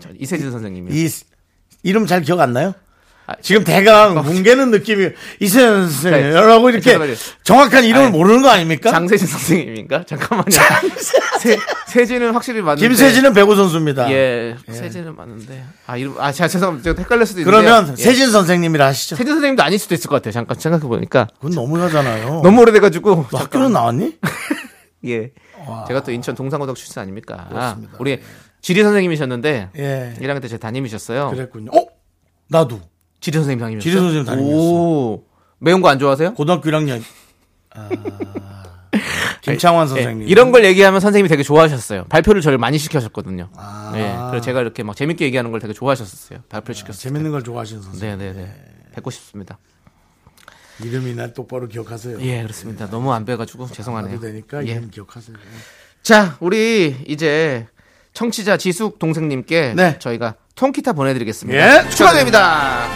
S2: 저 이세준 선생님이요.
S1: 이 이름 잘 기억 안 나요?
S2: 아, 네.
S1: 지금 대강 뭉개는 느낌이 이세현 선생님이라고 이렇게
S2: 죄송해요.
S1: 정확한 이름을
S2: 아니, 예.
S1: 모르는 거 아닙니까?
S2: 장세진 선생님인가? 잠깐만요. 세, 세진은 확실히 맞는데.
S1: 김세진은 배구 선수입니다.
S2: 네. 예, 세진은 맞는데. 아, 이름, 아, 자, 죄송합니다. 제가 헷갈릴 수도 있는데.
S1: 그러면 세진 선생님이라 하시죠.
S2: 예. 세진 선생님도 아닐 수도 있을 것 같아요. 잠깐 생각해보니까.
S1: 그건 너무하잖아요.
S2: 너무 어. 오래돼가지고.
S1: 너 학교는 나왔니?
S2: 예. 제가 또 인천 동산고등 출신 아닙니까?
S1: 그렇습니다.
S2: 우리 지리 선생님이셨는데.
S1: 예.
S2: 1학년 때 제 담임이셨어요.
S1: 그랬군요. 어? 나도
S2: 지리 선생님 담임이셨어요.
S1: 지리 선생님 담임이었어요.
S2: 오. 매운 거 안 좋아하세요?
S1: 고등학교 1학년. 아, 김창완 선생님.
S2: 예, 이런 걸 얘기하면 선생님이 되게 좋아하셨어요. 발표를 저를 많이 시켜셨거든요.
S1: 아.
S2: 예, 그래서 제가 이렇게 막 재밌게 얘기하는 걸 되게 좋아하셨었어요.
S1: 네,
S2: 발표 시켰어요.
S1: 재밌는 걸 좋아하시는 선생님.
S2: 네네네. 뵙고 싶습니다.
S1: 이름이나 똑바로 기억하세요.
S2: 예, 그렇습니다. 너무 안 뵈가지고 죄송하네요.
S1: 나도 네. 되니까
S2: 예.
S1: 이름 기억하세요.
S2: 자, 우리 이제 청취자 지숙 동생님께
S1: 네.
S2: 저희가 통기타 보내드리겠습니다.
S1: 예,
S2: 축하드립니다.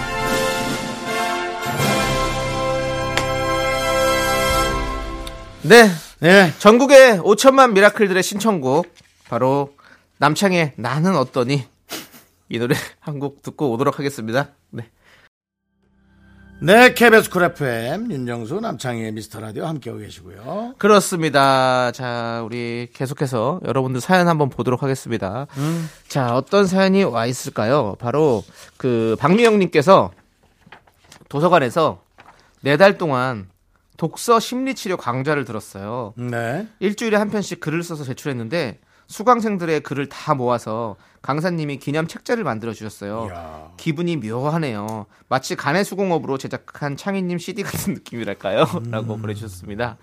S2: 네,
S1: 예.
S2: 전국의 5천만 미라클들의 신청곡 바로 남창의 나는 어떠니 이 노래 한 곡 듣고 오도록 하겠습니다. 네.
S1: 네, KBS 쿨 FM 윤정수 남창희의 미스터 라디오 함께하고 계시고요.
S2: 그렇습니다. 자, 우리 계속해서 여러분들 사연 한번 보도록 하겠습니다. 자, 어떤 사연이 와 있을까요? 바로 그 박미영님께서 도서관에서 네 달 동안 독서 심리치료 강좌를 들었어요.
S1: 네.
S2: 일주일에 한 편씩 글을 써서 제출했는데 수강생들의 글을 다 모아서 강사님이 기념 책자를 만들어 주셨어요.
S1: 이야.
S2: 기분이 묘하네요. 마치 간의 수공업으로 제작한 창희님 CD 같은 느낌이랄까요?
S1: 음.
S2: 라고 보내주셨습니다.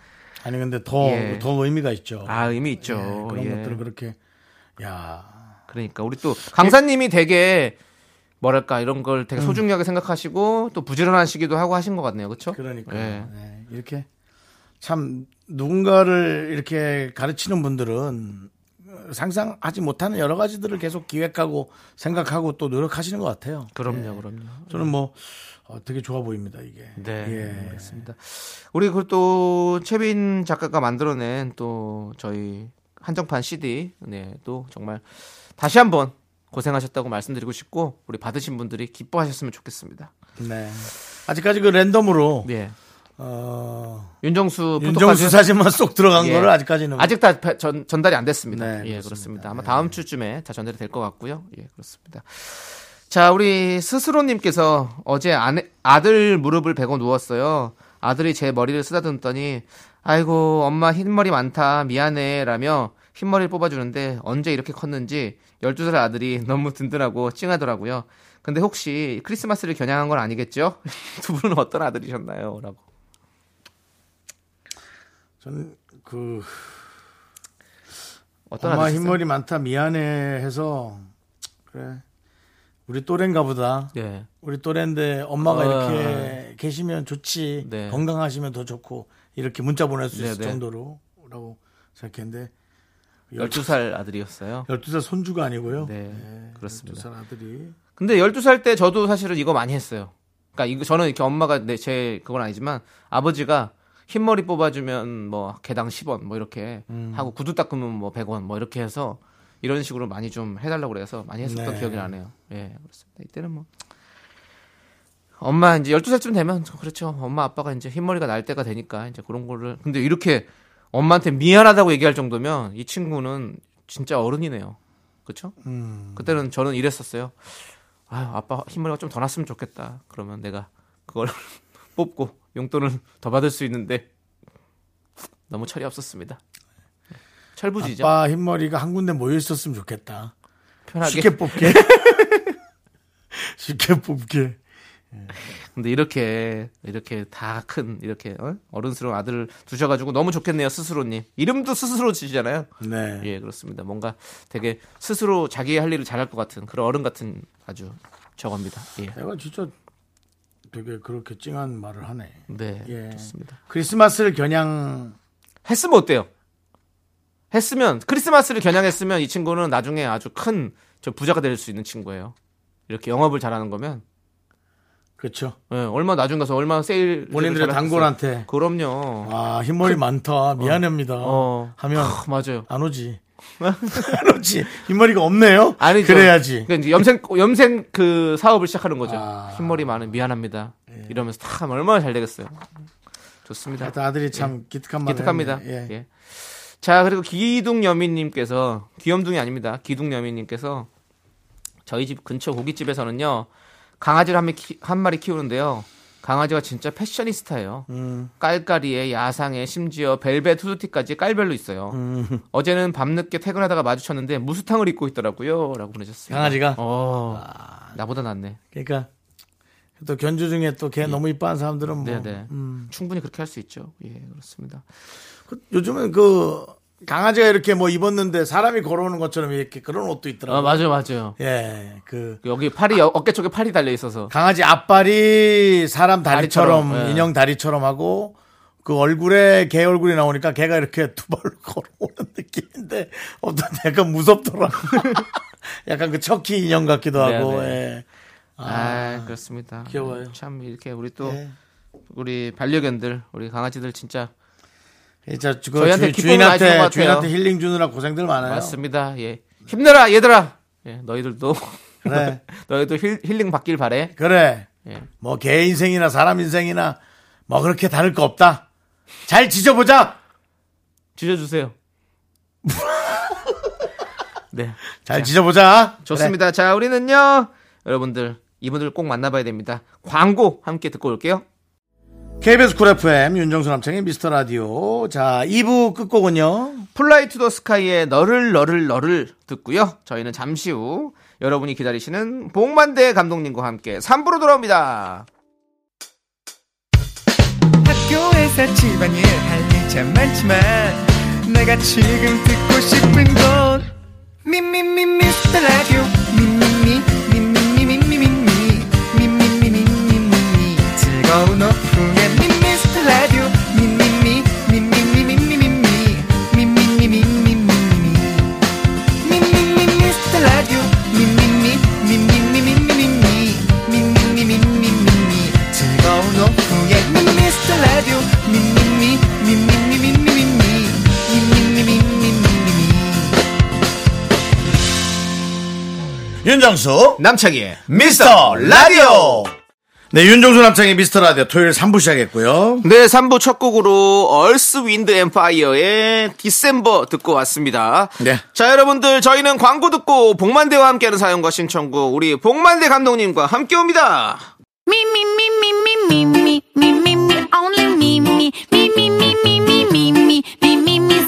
S1: 아니 근데 더 더
S2: 예.
S1: 의미가 있죠.
S2: 아 의미
S1: 예,
S2: 있죠.
S1: 그런
S2: 예.
S1: 것들을 그렇게 야.
S2: 그러니까 우리 또 강사님이 되게 뭐랄까 이런 걸
S1: 음.
S2: 되게 소중하게 생각하시고 또 부지런하시기도 하고 하신 것 같네요. 그렇죠?
S1: 그러니까
S2: 예.
S1: 예, 이렇게 참 누군가를 이렇게 가르치는 분들은 상상하지 못하는 여러 가지들을 계속 기획하고 생각하고 또 노력하시는 것 같아요.
S2: 그럼요, 그럼요.
S1: 저는 뭐 어, 되게 좋아 보입니다 이게.
S2: 네,
S1: 예.
S2: 알겠습니다. 우리 그또 최빈 작가가 만들어낸 또 저희 한정판 CD, 네, 또 정말 다시 한번 고생하셨다고 말씀드리고 싶고 우리 받으신 분들이 기뻐하셨으면 좋겠습니다.
S1: 네. 아직까지 그 랜덤으로
S2: 예,
S1: 어,
S2: 윤정수
S1: 윤정수
S2: 포토카드-
S1: 사진만 쏙 들어간
S2: 예.
S1: 거를 아직까지는
S2: 아직 다 배- 전, 전달이 안 됐습니다.
S1: 음. 네,
S2: 예,
S1: 그렇습니다.
S2: 그렇습니다. 아마 다음 주쯤에 다 전달이 될 것 같고요. 예, 그렇습니다. 자, 우리 스스로님께서 어제 아내, 아들 무릎을 베고 누웠어요. 아들이 제 머리를 쓰다듬더니 아이고 엄마 흰머리 많다 미안해 라며 흰머리를 뽑아주는데 언제 이렇게 컸는지 12살 아들이 너무 든든하고 찡하더라고요. 근데 혹시 크리스마스를 겨냥한 건 아니겠죠? 두 분은 어떤 아들이셨나요? 라고.
S1: 전그
S2: 어떤
S1: 엄마
S2: 아들이셨어요?
S1: 흰머리 많다 미안해 해서 그래 우리 또래인가 보다
S2: 네.
S1: 우리 또래인데 엄마가
S2: 어.
S1: 이렇게 계시면 좋지
S2: 네.
S1: 건강하시면 더 좋고 이렇게 문자 보낼 수 있을
S2: 네, 네.
S1: 정도로라고 생각했는데
S2: 12살 아들이었어요.
S1: 12살 손주가 아니고요
S2: 네, 그렇습니다.
S1: 12살 아들이
S2: 근데 12살 때 저도 사실은 이거 많이 했어요. 그러니까 이거 저는 이렇게 엄마가 내, 제 그건 아니지만 아버지가 흰머리 뽑아주면 뭐 개당 10원 뭐 이렇게 하고 구두 닦으면 뭐 100원 뭐 이렇게 해서 이런 식으로 많이 좀 해달라고 그래서 많이 했었던
S1: 네.
S2: 기억이 나네요. 예, 그렇습니다. 이때는 뭐 엄마 이제 12살쯤 되면 그렇죠. 엄마 아빠가 이제 흰머리가 날 때가 되니까 이제 그런 거를 근데 이렇게 엄마한테 미안하다고 얘기할 정도면 이 친구는 진짜 어른이네요. 그렇죠?
S1: 음.
S2: 그때는 저는 이랬었어요. 아유, 아빠 흰머리가 좀 더 났으면 좋겠다. 그러면 내가 그걸 뽑고 용돈을 더 받을 수 있는데 너무 철이 없었습니다. 철부지죠.
S1: 아빠 흰머리가 한 군데 모여 있었으면 좋겠다
S2: 편하게
S1: 쉽게 뽑게 쉽게 뽑게
S2: 근데 이렇게 이렇게 다 큰 이렇게 어? 른스러운 아들을 두셔가지고 너무 좋겠네요 스스로님 이름도 스스로 지시잖아요.
S1: 네.
S2: 예 그렇습니다. 뭔가 되게 스스로 자기 할 일을 잘할 것 같은 그런 어른 같은 아주 저겁니다. 예.
S1: 내가 진짜 되게 그렇게 찡한 말을 하네.
S2: 네
S1: 예.
S2: 좋습니다.
S1: 크리스마스를 겨냥
S2: 했으면 어때요? 했으면 크리스마스를 겨냥했으면 이 친구는 나중에 아주 큰 저 부자가 될 수 있는 친구예요. 이렇게 영업을 잘하는 거면
S1: 그렇죠.
S2: 예, 얼마 나중 가서 얼마 세일
S1: 본인들의 단골한테
S2: 그럼요.
S1: 아 흰머리 많다 미안합니다
S2: 어.
S1: 하면
S2: 크, 맞아요.
S1: 안 오지. 안 오지. 흰머리가 없네요.
S2: 아니
S1: 그래야지.
S2: 그러니까 이제 염색 염색 그 사업을 시작하는 거죠.
S1: 아. 예.
S2: 흰머리 많은 미안합니다. 이러면서 참 얼마나 잘 되겠어요. 좋습니다.
S1: 하여튼 아들이 참 기특한 말.
S2: 기특합니다.
S1: 예.
S2: 예. 자 그리고 기둥여미님께서 귀염둥이 아닙니다. 기둥여미님께서 저희 집 근처 고깃집에서는요 강아지를 한, 미- 키- 한 마리 키우는데요. 강아지가 진짜 패셔니스타예요. 깔깔이에 야상에 심지어 벨벳 후드티까지 깔별로 있어요. 어제는 밤늦게 퇴근하다가 마주쳤는데 무수탕을 입고 있더라고요.라고 보내셨습니다.
S1: 강아지가?
S2: 어, 나보다 낫네.
S1: 그러니까 또 견주 중에 또 걔 너무 이뻐하는 사람들은 뭐
S2: 예. 네네.
S1: 음.
S2: 충분히 그렇게 할 수 있죠. 예, 그렇습니다.
S1: 그- 요즘은 그 강아지가 이렇게 뭐 입었는데 사람이 걸어오는 것처럼 이렇게 그런 옷도 있더라고요.
S2: 아 맞아요, 맞아요.
S1: 예, 그
S2: 여기 팔이 어- 어깨 쪽에 팔이 달려 있어서.
S1: 강아지 앞발이 사람 다리처럼,
S2: 다리처럼, 예.
S1: 인형 다리처럼 하고 그 얼굴에 개 얼굴이 나오니까 걔가 이렇게 두 발로 걸어오는 느낌인데 어떤 약간 무섭더라고. 약간 그 척키 인형 같기도
S2: 네,
S1: 하고.
S2: 네.
S1: 예.
S2: 아, 그렇습니다.
S1: 귀여워요.
S2: 참 이렇게 우리 또
S1: 예.
S2: 우리 반려견들, 우리 강아지들 진짜
S1: 진짜 그
S2: 저희한테
S1: 주인,
S2: 기쁨을 많이 주는 것
S1: 주인한테
S2: 같아요.
S1: 주인한테 힐링 주느라 고생들 많아요.
S2: 맞습니다. 예, 힘내라 얘들아. 예, 너희들도
S1: 그래.
S2: 너희도 힐, 힐링 받길 바래.
S1: 그래.
S2: 예,
S1: 뭐 개 인생이나 사람 인생이나 뭐 그렇게 다를 거 없다. 잘 지져보자.
S2: 지져주세요. 네,
S1: 잘 지져보자.
S2: 좋습니다.
S1: 네.
S2: 자, 우리는요 여러분들 이분들 꼭 만나봐야 됩니다. 광고 함께 듣고 올게요.
S1: KBS 쿨 FM 윤정수 남창의 미스터 라디오 자 2부 끝곡은요
S2: 플라이 투 더 스카이의 너를 너를 너를 듣고요. 저희는 잠시 후 여러분이 기다리시는 복만대 감독님과 함께 3부로 돌아옵니다.
S4: 학교에서 집안일 할 일 참 많지만 내가 지금 듣고 싶은 건 미미미 미스터 라디오 미미미 미미미 미미미 미미미 미미미 미미미 즐거운 오후에 미미스터 라디오 미미미 미미미 미미미 미미미 미미미 미미미 예,
S1: 윤정수
S2: 남창희의
S1: 미스터 라디오 네 윤정수 남창의 미스터 라디오 토요일 3부 시작했고요
S2: 네, 3부 첫 곡으로 얼스 윈드 엠파이어의 디셈버 듣고 왔습니다.
S1: 네.
S2: 자, 여러분들 저희는 광고 듣고 복만대와 함께하는 사연과 신청곡 우리 복만대 감독님과 함께 옵니다.
S5: Me, me, me, me, me, me, me, me, me, me, only me, me, me, me, me, me, me, me, me, me, me, me,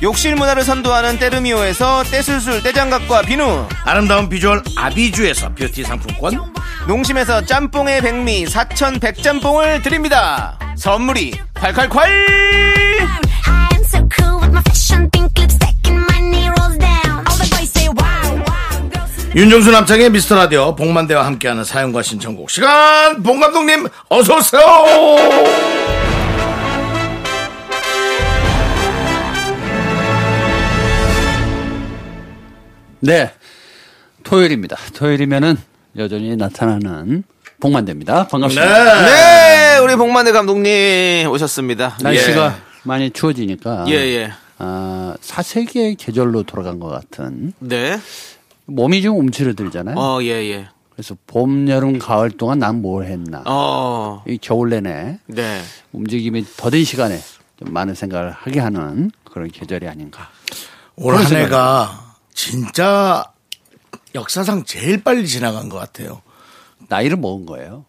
S2: 욕실 문화를 선도하는 때르미오에서 떼술술 떼장갑과 비누,
S1: 아름다운 비주얼 아비주에서 뷰티 상품권
S2: 농심에서 짬뽕의 백미 사천 백짬뽕을 드립니다. 선물이 콸콸콸!
S5: I am so cool with my fashion pink lipstick and my knee rolls down. All the boys say wow, wow. Girls in the
S1: 윤정수 남창의 미스터 라디오 복만대와 함께하는 사연과 신청곡 시간 봉 감독님 어서 오세요.
S6: 네. 토요일입니다. 토요일이면은 여전히 나타나는 복만대입니다. 반갑습니다.
S2: 네, 우리 복만대 감독님 오셨습니다.
S6: 날씨가 많이 추워지니까
S2: 예,
S1: 네.
S2: 예.
S6: 아, 사세기의 계절로 돌아간 것 같은
S2: 네.
S6: 몸이 좀 움츠러들잖아요.
S2: 어, 예, 예.
S6: 그래서 봄, 여름, 가을 동안 난 뭘 했나.
S2: 어,
S6: 이 겨울 내내
S2: 네.
S6: 움직임이 더딘 시간에 좀 많은 생각을 하게 하는 그런 계절이 아닌가.
S1: 올
S6: 그런
S1: 한
S6: 생각이
S1: 해가 진짜 역사상 제일 빨리 지나간 것 같아요.
S6: 나이를 먹은 거예요.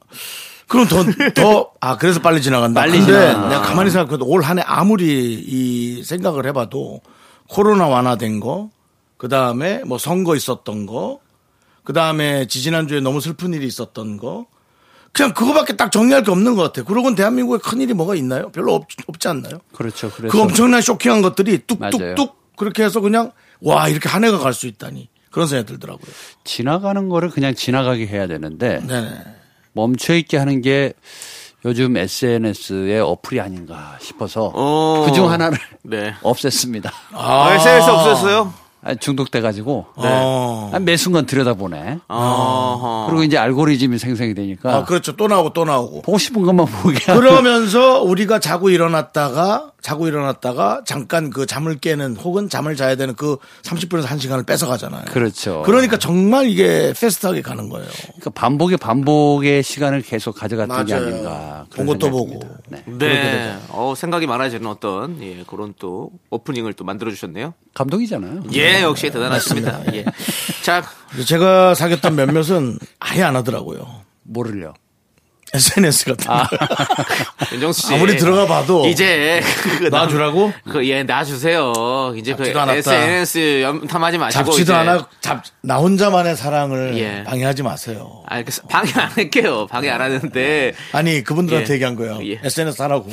S1: 그럼 더, 더, 아, 그래서 빨리 지나간다.
S6: 빨리
S1: 근데
S6: 지나간다.
S1: 내가 가만히 생각해도 올 한 해 아무리 이 생각을 해봐도 코로나 완화된 거, 그 다음에 뭐 선거 있었던 거, 그 다음에 지지난주에 너무 슬픈 일이 있었던 거, 그냥 그거밖에 딱 정리할 게 없는 것 같아요. 그러고는 대한민국에 큰 일이 뭐가 있나요? 별로 없, 없지 않나요?
S6: 그렇죠. 그래서
S1: 그 엄청난 쇼킹한 것들이
S6: 맞아요.
S1: 뚝뚝뚝 그렇게 해서 그냥 와, 이렇게 한 해가 갈 수 있다니. 그런 생각이 들더라고요.
S6: 지나가는 거를 그냥 지나가게 해야 되는데
S1: 네네.
S6: 멈춰 있게 하는 게 요즘 SNS의 어플이 아닌가 싶어서
S2: 어.
S6: 그 중 하나를
S2: 네.
S6: 없앴습니다.
S2: 아, SNS 없었어요?
S6: 아, 중독돼 가지고 아,
S1: 어.
S6: 매 순간 들여다보네.
S2: 아.
S6: 그리고 이제 알고리즘이 생성이 되니까
S1: 아, 그렇죠. 또 나오고 또 나오고.
S6: 보고 싶은 것만 보게 하고
S1: 그러면서 우리가 자고 일어났다가 자고 일어났다가 잠깐 그 잠을 깨는 혹은 잠을 자야 되는 그 30분에서 1시간을 뺏어가잖아요.
S6: 그렇죠.
S1: 그러니까 정말 이게 패스트하게 가는 거예요.
S6: 그러니까 반복의 반복의 시간을 계속 가져갔던 게
S1: 맞아요.
S6: 아닌가.
S1: 본
S6: 그런
S1: 것도
S6: 생각이
S1: 보고.
S6: 듭니다. 네.
S2: 네. 어, 생각이 많아지는 어떤, 예, 그런 또, 오프닝을 또 만들어주셨네요.
S6: 감독이잖아요.
S1: 네.
S2: 예, 역시 대단하십니다. 예. 자,
S1: 그래서 제가 사귀었던 몇몇은 아예 안 하더라고요.
S6: 모를려.
S1: SNS 같은
S6: 아,
S1: 거.
S2: 윤정수 씨.
S1: 아무리 들어가 봐도
S2: 이제, 그거 나-
S1: 놔주라고?
S2: 그, 예, 놔주세요. 이제 그
S1: 잡지도 않았다.
S2: SNS 염탐하지 마시고. 이제.
S1: 잡지도 않아 잡, 나 혼자만의 사랑을
S2: 예.
S1: 방해하지 마세요.
S2: 알겠어. 아, 방해 안 할게요. 방해 안 하는데.
S1: 아니 그분들한테
S2: 예.
S1: 얘기한 거예요.
S2: 예.
S1: SNS 하라고.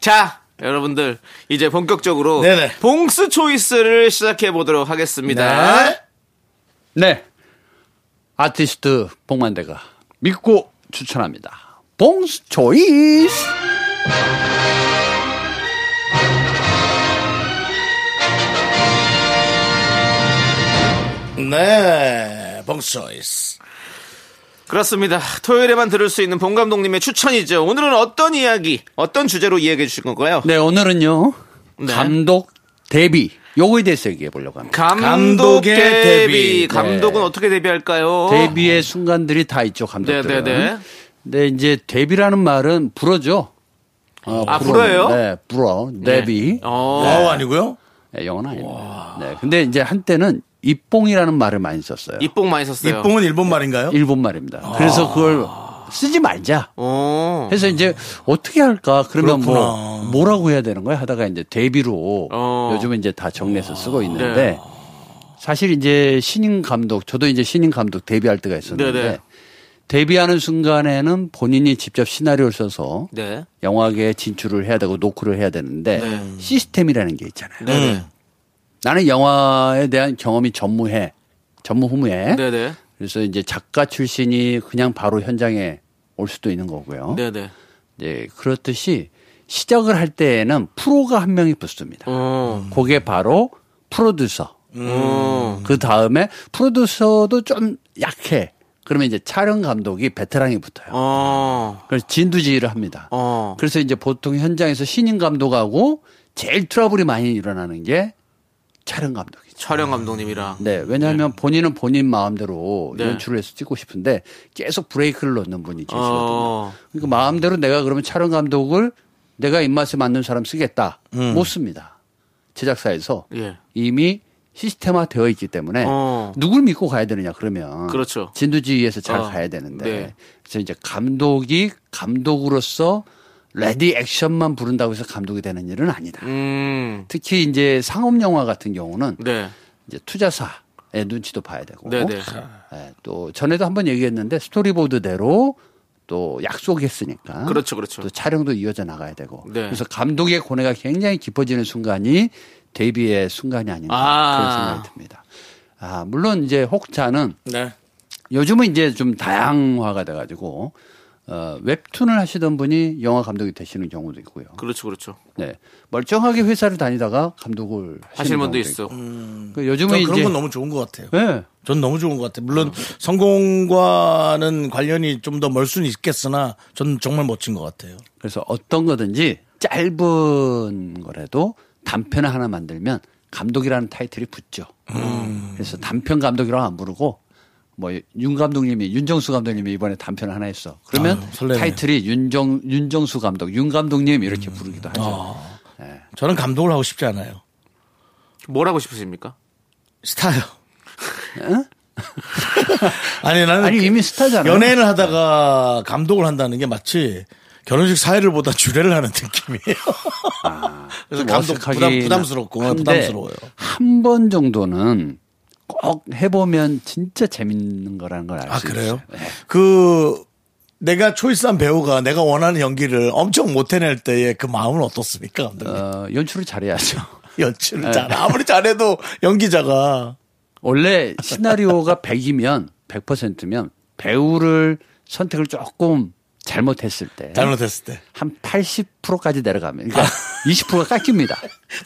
S2: 자, 여러분들 이제 본격적으로
S1: 네네.
S2: 봉스 초이스를 시작해 보도록 하겠습니다.
S1: 네.
S6: 네. 아티스트 봉만대가 믿고 추천합니다. 봉스 초이스.
S1: 네, 봉초이스.
S2: 그렇습니다. 토요일에만 들을 수 있는 봉 감독님의 추천이죠. 오늘은 어떤 이야기, 어떤 주제로 이야기해 주실 건가요?
S6: 네, 오늘은요.
S2: 네.
S6: 감독 데뷔. 요거에 대해서 얘기해 보려고 합니다.
S2: 감독의
S1: 감독의
S2: 데뷔.
S1: 데뷔. 네.
S2: 감독은 어떻게 데뷔할까요?
S6: 데뷔의 순간들이 다 있죠, 감독들은.
S2: 네네네.
S6: 근데 이제 데뷔라는 말은 불어죠. 어,
S2: 아,
S6: 불어는.
S2: 불어예요?
S6: 네, 불어.
S2: 네.
S6: 데뷔.
S2: 어.
S1: 와우 아니고요?
S6: 네, 영어는 아닙니다. 네. 근데 이제 한때는 입봉이라는 말을 많이 썼어요.
S2: 입봉 아. 많이 썼어요.
S1: 입봉은 일본 말인가요?
S6: 일본 말입니다. 그래서 그걸 쓰지 말자.
S2: 어.
S6: 해서 이제 어떻게 할까? 그러면 뭐
S1: 그렇구나.
S6: 뭐라고 해야 되는 거야? 하다가 이제 데뷔로
S2: 어.
S6: 요즘은 이제 다 정리해서 쓰고 있는데
S2: 네.
S6: 사실 이제 신인 감독 저도 이제 신인 감독 데뷔할 때가 있었는데
S2: 네네.
S6: 데뷔하는 순간에는 본인이 직접 시나리오를 써서
S2: 네.
S6: 영화계에 진출을 해야 되고 노크를 해야 되는데
S2: 네.
S6: 시스템이라는 게 있잖아요.
S2: 네네.
S6: 나는 영화에 대한 경험이 전무해. 전무후무해.
S2: 네네.
S6: 그래서 이제 작가 출신이 그냥 바로 현장에 올 수도 있는 거고요.
S2: 네네.
S6: 예, 그렇듯이 시작을 할 때에는 프로가 한 명이 붙습니다.
S2: 어.
S6: 그게 바로 프로듀서.
S2: 어.
S6: 그 다음에 프로듀서도 좀 약해. 그러면 이제 촬영 감독이 베테랑이 붙어요.
S2: 어.
S6: 그래서 진두지휘를 합니다.
S2: 어.
S6: 그래서 이제 보통 현장에서 신인 감독하고 제일 트러블이 많이 일어나는 게 촬영 감독이죠.
S2: 촬영 감독님이랑.
S6: 네, 왜냐하면 본인은 본인 마음대로
S2: 네.
S6: 연출을 해서 찍고 싶은데 계속 브레이크를 넣는 분이 계시거든요.
S2: 어.
S6: 그러니까 마음대로 내가 그러면 촬영 감독을 내가 입맛에 맞는 사람 쓰겠다. 못 씁니다. 제작사에서
S2: 음. 예.
S6: 이미 시스템화 되어 있기 때문에
S2: 어.
S6: 누굴 믿고 가야 되느냐 그러면
S2: 그렇죠.
S6: 진두지휘에서 잘
S2: 어.
S6: 가야 되는데
S2: 네.
S6: 그래서 이제 감독이 감독으로서 레디 액션만 부른다고 해서 감독이 되는 일은 아니다.
S2: 음.
S6: 특히 이제 상업 영화 같은 경우는
S2: 네.
S6: 이제 투자사의 눈치도 봐야 되고
S2: 네네.
S6: 예, 또 전에도 한번 얘기했는데 스토리보드대로 또 약속했으니까
S2: 그렇죠, 그렇죠.
S6: 또 촬영도 이어져 나가야 되고
S2: 네.
S6: 그래서 감독의 고뇌가 굉장히 깊어지는 순간이 데뷔의 순간이 아닌가
S2: 아.
S6: 그런 생각이 듭니다. 아 물론 이제 혹자는
S1: 네.
S6: 요즘은 이제 좀 다양화가 돼가지고 어, 웹툰을 하시던 분이 영화 감독이 되시는 경우도 있고요.
S2: 그렇죠, 그렇죠.
S6: 네 멀쩡하게 회사를 다니다가 감독을
S2: 하실
S6: 하시는
S2: 분도
S6: 경우도
S2: 있어.
S6: 있고.
S2: 요
S6: 그 요즘은
S1: 전
S6: 이제
S1: 그런 건 너무 좋은 것 같아요. 어.
S6: 예.
S1: 전 너무 좋은 것 같아요. 물론 성공과는 관련이 좀 더 멀 수는 있겠으나 전 정말 멋진 것 같아요.
S6: 그래서 어떤 거든지 짧은 거라도 단편을 하나 만들면 감독이라는 타이틀이 붙죠.
S1: 음.
S6: 그래서 단편 감독이라고 안 부르고 뭐 윤 감독님이 윤정수 감독님이 이번에 단편을 하나 했어. 그러면
S1: 아유, 설레네요. 음. 아.
S6: 타이틀이 윤정 윤정수 감독, 윤 감독님 이렇게 부르기도 하죠.
S1: 저는 감독을 하고 싶지 않아요.
S2: 뭘 하고 싶으십니까?
S1: 스타요. 아니 나는
S6: 아니 이미 스타잖아.
S1: 연예인을 하다가 감독을 한다는 게 마치 결혼식 사회를 보다 주례를 하는 느낌이에요.
S6: 아,
S1: 그래서 감독 부담, 부담스럽고 부담스러워요.
S6: 한 번 정도는 꼭 해보면 진짜 재밌는 거라는 걸 알
S1: 아
S6: 수 있어요. 네.
S1: 그래요? 그 내가 초이스한 배우가 내가 원하는 연기를 엄청 못 해낼 때의 그 마음은 어떻습니까, 감독님?
S6: 어, 네. 연출을 잘해야죠.
S1: 연출을 잘 아무리 잘해도 연기자가
S6: 원래 시나리오가 100이면 100%면 배우를 선택을 조금 잘못했을 때 한
S1: 잘못했을 때
S6: 80%까지 내려가면 그러니까 20%가 깎입니다.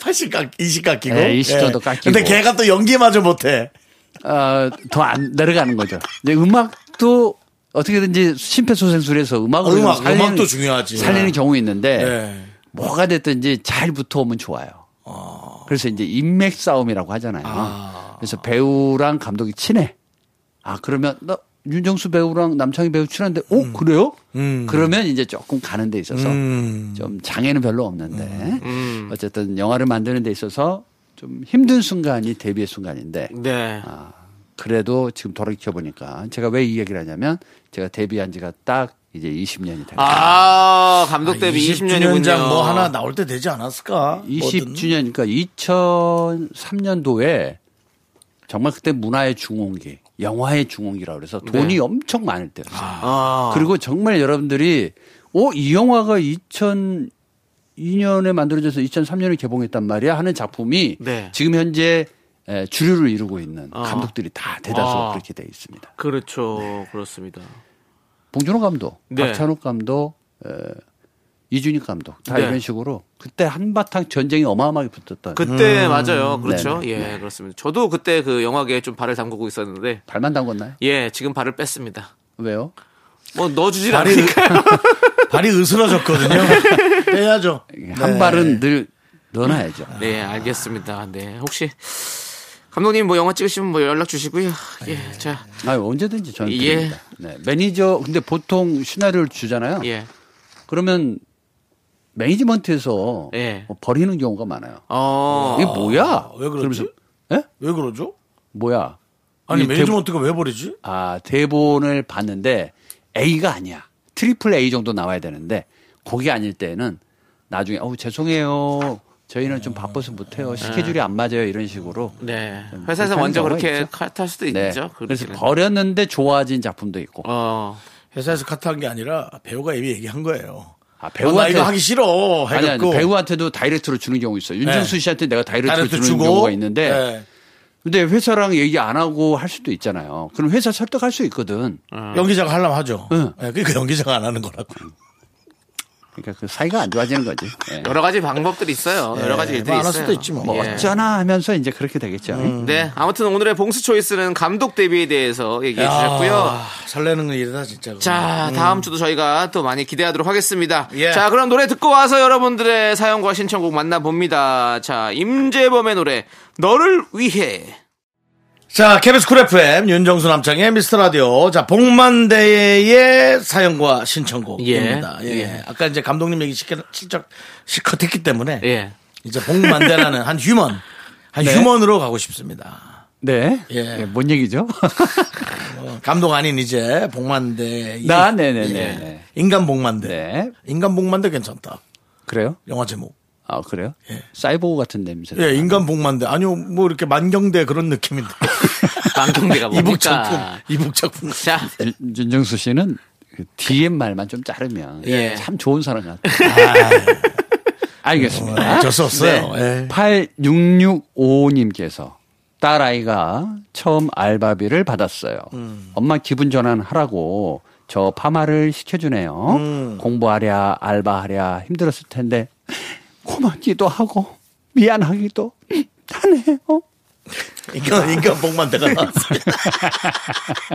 S1: 80 깎, 20 깎이고.
S6: 네, 20 정도
S1: 예.
S6: 깎이고.
S1: 근데 걔가 또 연기마저 못해.
S6: 어, 더 안 내려가는 거죠. 근데 음악도 어떻게든지 심폐소생술에서 음악으로
S1: 아, 음악,
S6: 살리는-
S1: 음악도 중요하지.
S6: 살리는 경우 있는데
S1: 네.
S6: 뭐가 됐든지 잘 붙어오면 좋아요. 그래서 이제 인맥 싸움이라고 하잖아요. 그래서 배우랑 감독이 친해. 아 그러면 나 윤정수 배우랑 남창희 배우 친한데, 오
S1: 음.
S6: 그래요? 그러면 이제 조금 가는 데 있어서
S1: 음.
S6: 좀 장애는 별로 없는데 어쨌든 영화를 만드는 데 있어서 좀 힘든 순간이 데뷔의 순간인데
S2: 네.
S6: 아. 그래도 지금 돌이켜 보니까 제가 왜 이 얘기를 하냐면 제가 데뷔한 지가 딱 이제 20년이 됐어요.
S2: 아, 감독 데뷔 20년이군요.
S1: 장뭐 하나 나올 때 되지 않았을까?
S6: 20주년이니까 2003년도에 정말 그때 문화의 중홍기, 영화의 중홍기라 그래서 돈이 엄청 많을 때였어요.
S2: 아.
S6: 그리고 정말 여러분들이 어, 이 영화가 2002년에 만들어져서 2003년에 개봉했단 말이야 하는 작품이
S2: 네.
S6: 지금 현재 에, 주류를 이루고 있는
S2: 어.
S6: 감독들이 다 대다수
S2: 아.
S6: 그렇게 돼 있습니다. 네.
S2: 그렇죠. 그렇습니다.
S6: 봉준호 감독,
S2: 네.
S6: 박찬욱 감독, 에, 이준익 감독 다
S2: 네.
S6: 이런 식으로 그때 한바탕 전쟁이 어마어마하게 붙었던 음.
S2: 그때 맞아요. 그렇죠.
S6: 네네.
S2: 예, 그렇습니다. 저도 그때 그 영화계에 좀 발을 담그고 있었는데
S6: 발만 담궜나요?
S2: 예, 지금 발을 뺐습니다.
S6: 왜요?
S2: 뭐 넣어주질
S1: 발이,
S2: 않으니까.
S1: 으- 발이 으스러졌거든요. 빼야죠. 네.
S6: 한 발은 늘 넣어놔야죠.
S2: 네, 알겠습니다. 네, 혹시 감독님 뭐 영화 찍으시면 뭐 연락 주시고요.
S1: 네.
S2: 예, 자,
S6: 아 언제든지 저는
S2: 예.
S6: 드립니다. 네, 매니저 근데 보통 시나리오를 주잖아요.
S2: 예,
S6: 그러면 매니지먼트에서
S2: 예.
S6: 어, 버리는 경우가 많아요.
S2: 어,
S6: 이게 뭐야?
S1: 아, 왜 그러지?
S6: 예?
S1: 왜 그러죠?
S6: 뭐야?
S1: 아니
S6: 이 대-
S1: 매니지먼트가 왜 버리지?
S6: 아 대본을 봤는데 A가 아니야. 트리플 A 정도 나와야 되는데 그게 아닐 때는 나중에 어우 죄송해요. 저희는 좀 바빠서
S2: 음.
S6: 못해요. 스케줄이 안 맞아요. 이런 식으로
S2: 네,
S6: 좀
S2: 회사에서 먼저
S6: 불편한
S2: 그렇게
S6: 경우가 있죠.
S2: 칼탈 수도
S6: 네.
S2: 있죠.
S6: 그래서
S2: 그렇게는.
S6: 버렸는데 좋아진 작품도 있고.
S2: 어,
S1: 회사에서 카트한 게 아니라 배우가 이미 얘기한 거예요.
S6: 아,
S1: 배우 나
S6: 배우한테
S1: 이거 하기 싫어.
S6: 아니, 아니
S1: 해갖고
S6: 배우한테도 다이렉트로 주는 경우 있어요. 윤정수
S1: 네.
S6: 씨한테 내가 다이렉트로
S1: 다이렉트
S6: 주는
S1: 주고
S6: 경우가 있는데
S1: 예.
S6: 근데 회사랑 얘기 안 하고 할 수도 있잖아요. 그럼 회사 설득할 수 있거든.
S1: 연기자가 하려면 하죠.
S6: 음. 응.
S1: 예, 그러니까 연기자가 안 하는 거라고.
S6: 그러니까 그 사이가 안 좋아지는 거지. 예.
S2: 여러 가지 방법들이 있어요. 여러 가지
S1: 예,
S2: 일들이
S1: 뭐안
S2: 있어요.
S1: 할 수도 있지 뭐.
S6: 뭐
S1: 예.
S6: 어쩌나 하면서 이제 그렇게 되겠죠.
S2: 네,
S1: 음.
S2: 아무튼 오늘의 봉수 초이스는 감독 데뷔에 대해서
S6: 네,
S2: 얘기해 주셨고요.
S1: 야, 설레는 건 일이다 진짜.
S2: 자, 다음 주도 저희가 또 많이 기대하도록 하겠습니다.
S1: 예.
S2: 자, 그럼 노래 듣고 와서 여러분들의 사연과 신청곡 만나봅니다. 자, 임재범의 노래, 너를 위해.
S1: 자, KBS 쿨 FM 윤정수 남창의 미스터 라디오. 자, 복만대의 사연과 신청곡입니다.
S2: 예.
S1: 예.
S2: 예.
S1: 아까 이제 감독님 얘기 실컷, 실컷, 실컷 했기 때문에
S2: 예.
S1: 이제 복만대라는 한 휴먼, 한 휴먼으로 가고 싶습니다.
S6: 네.
S1: 예.
S6: 네, 뭔 얘기죠?
S1: 어, 감독 아닌 이제 복만대.
S6: 나? 네네네. 네.
S1: 인간 복만대.
S6: 네.
S1: 인간 복만대 괜찮다.
S6: 그래요?
S1: 영화 제목.
S6: 아, 그래요? 사이보그 같은 냄새.
S1: 예, 인간 복만대. 아니요, 뭐 이렇게 만경대 그런 느낌인데.
S2: 만경대가
S1: 이북
S2: 뭡니까?
S1: 작품, 이북 작품.
S2: 자,
S6: 윤- 윤정수 씨는 그 DM 말만 좀 자르면
S2: 예.
S6: 참 좋은 사람 같아요. 알겠습니다.
S1: 아, 어쩔 수 없어요.
S6: 네.
S1: 예.
S6: 8665님께서 딸아이가 처음 알바비를 받았어요. 엄마 기분 전환하라고 저 파마를 시켜주네요. 공부하랴, 알바하랴 힘들었을 텐데 고맙기도 하고 미안하기도 하네요.
S1: 인간, 인간 복만대가 나왔습니다.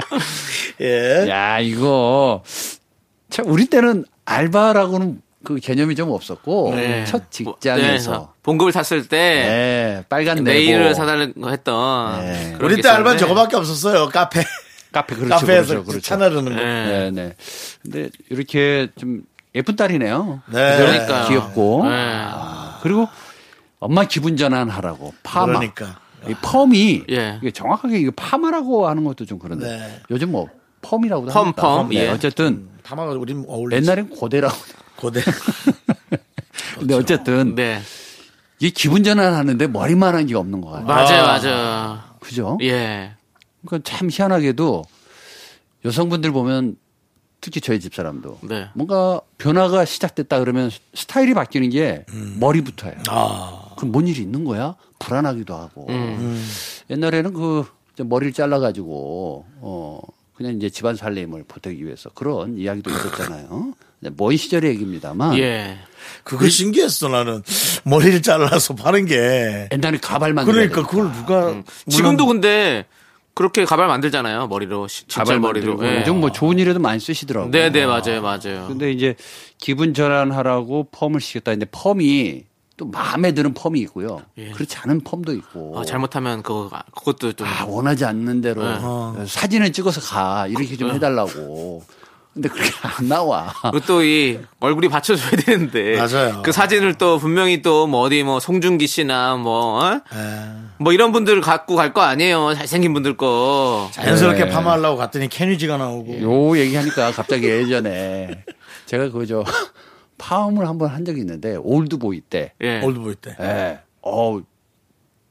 S1: 예.
S6: 야, 이거 참 우리 때는 알바라고는 그 개념이 좀 없었고
S2: 네.
S6: 음, 첫
S2: 뭐,
S6: 직장에서
S2: 네, 봉급을 탔을 때
S6: 네, 빨간
S2: 내일을
S6: 내고
S2: 사달라고 했던.
S6: 네.
S2: 그런 게
S1: 우리 때 알바는
S2: 있었는데.
S1: 저거밖에 없었어요. 카페.
S6: 카페 그렇죠,
S1: 카페에서
S6: 그렇죠, 그렇죠.
S1: 차 나르는 거.
S2: 네.
S6: 네, 네. 근데 이렇게 좀 예쁜 딸이네요.
S1: 네.
S6: 그죠?
S2: 그러니까요.
S6: 귀엽고.
S2: 네.
S6: 아, 그리고 엄마 기분 전환하라고 파마.
S1: 그러니까.
S6: 이 펌이
S2: 예.
S6: 이게 정확하게 이게 파마라고 하는 것도 좀 그런데
S1: 네. 음.
S6: 요즘 뭐 펌이라고도
S2: 펌,
S6: 합니다. 네,
S2: 펌, 예.
S6: 어쨌든
S1: 다만 우린 어울리지.
S6: 옛날엔 고데라고.
S1: 고대.
S6: 근데 어쨌든
S2: 네.
S6: 이게 기분 전환하는데 머리만한 게 없는 것 같아요.
S2: 맞아요, 맞아요.
S6: 그죠?
S2: 예.
S6: 그러니까 참 희한하게도 여성분들 보면 특히 저희 집 사람도
S2: 네.
S6: 뭔가 변화가 시작됐다 그러면 스타일이 바뀌는 게 머리부터예요.
S1: 아.
S6: 그럼 뭔 일이 있는 거야? 불안하기도 하고.
S2: 음.
S1: 음.
S6: 옛날에는 그 이제 머리를 잘라가지고 어 그냥 이제 집안 살림을 보태기 위해서 그런 이야기도 있었잖아요. 어? 이제 먼 시절의 얘기입니다만
S2: 예.
S1: 그거 신기했어 나는 머리를 잘라서 파는 게.
S6: 옛날에 음. 가발만
S1: 그러니까 그걸 누가
S2: 지금도 근데 그렇게 가발 만들잖아요. 머리로. 시- 진짜
S6: 가발
S2: 머리로. 예.
S6: 머리로 요즘 뭐 좋은 일에도 많이 쓰시더라고요.
S2: 네, 네, 맞아요, 맞아요.
S6: 근데 이제 기분 전환하라고 펌을 시켰다. 근데 펌이 또 마음에 드는 펌이 있고요. 그렇지 않은 펌도 있고.
S2: 예. 아, 잘못하면 예. 그거 그것도 좀
S6: 아, 원하지 않는 대로 사진을 찍어서 가 이렇게 좀 해달라고. 근데 그렇게 안 나와.
S2: 그리고 또 이 얼굴이 받쳐줘야 되는데
S1: 맞아요.
S2: 그 사진을 또 분명히 또 뭐 어디 뭐 송중기 씨나 뭐 어?
S1: 에,
S2: 뭐 이런 분들 갖고 갈 거 아니에요 잘생긴 분들 거
S1: 자연스럽게
S6: 네.
S1: 파마하려고 갔더니 캐니지가
S2: 예.
S1: 나오고.
S6: 요 얘기하니까 갑자기 예전에 제가 그저 파움을 한 번 한 적이 있는데 올드보이 때.
S2: 예.
S1: 올드보이 때.
S6: 예. 어우.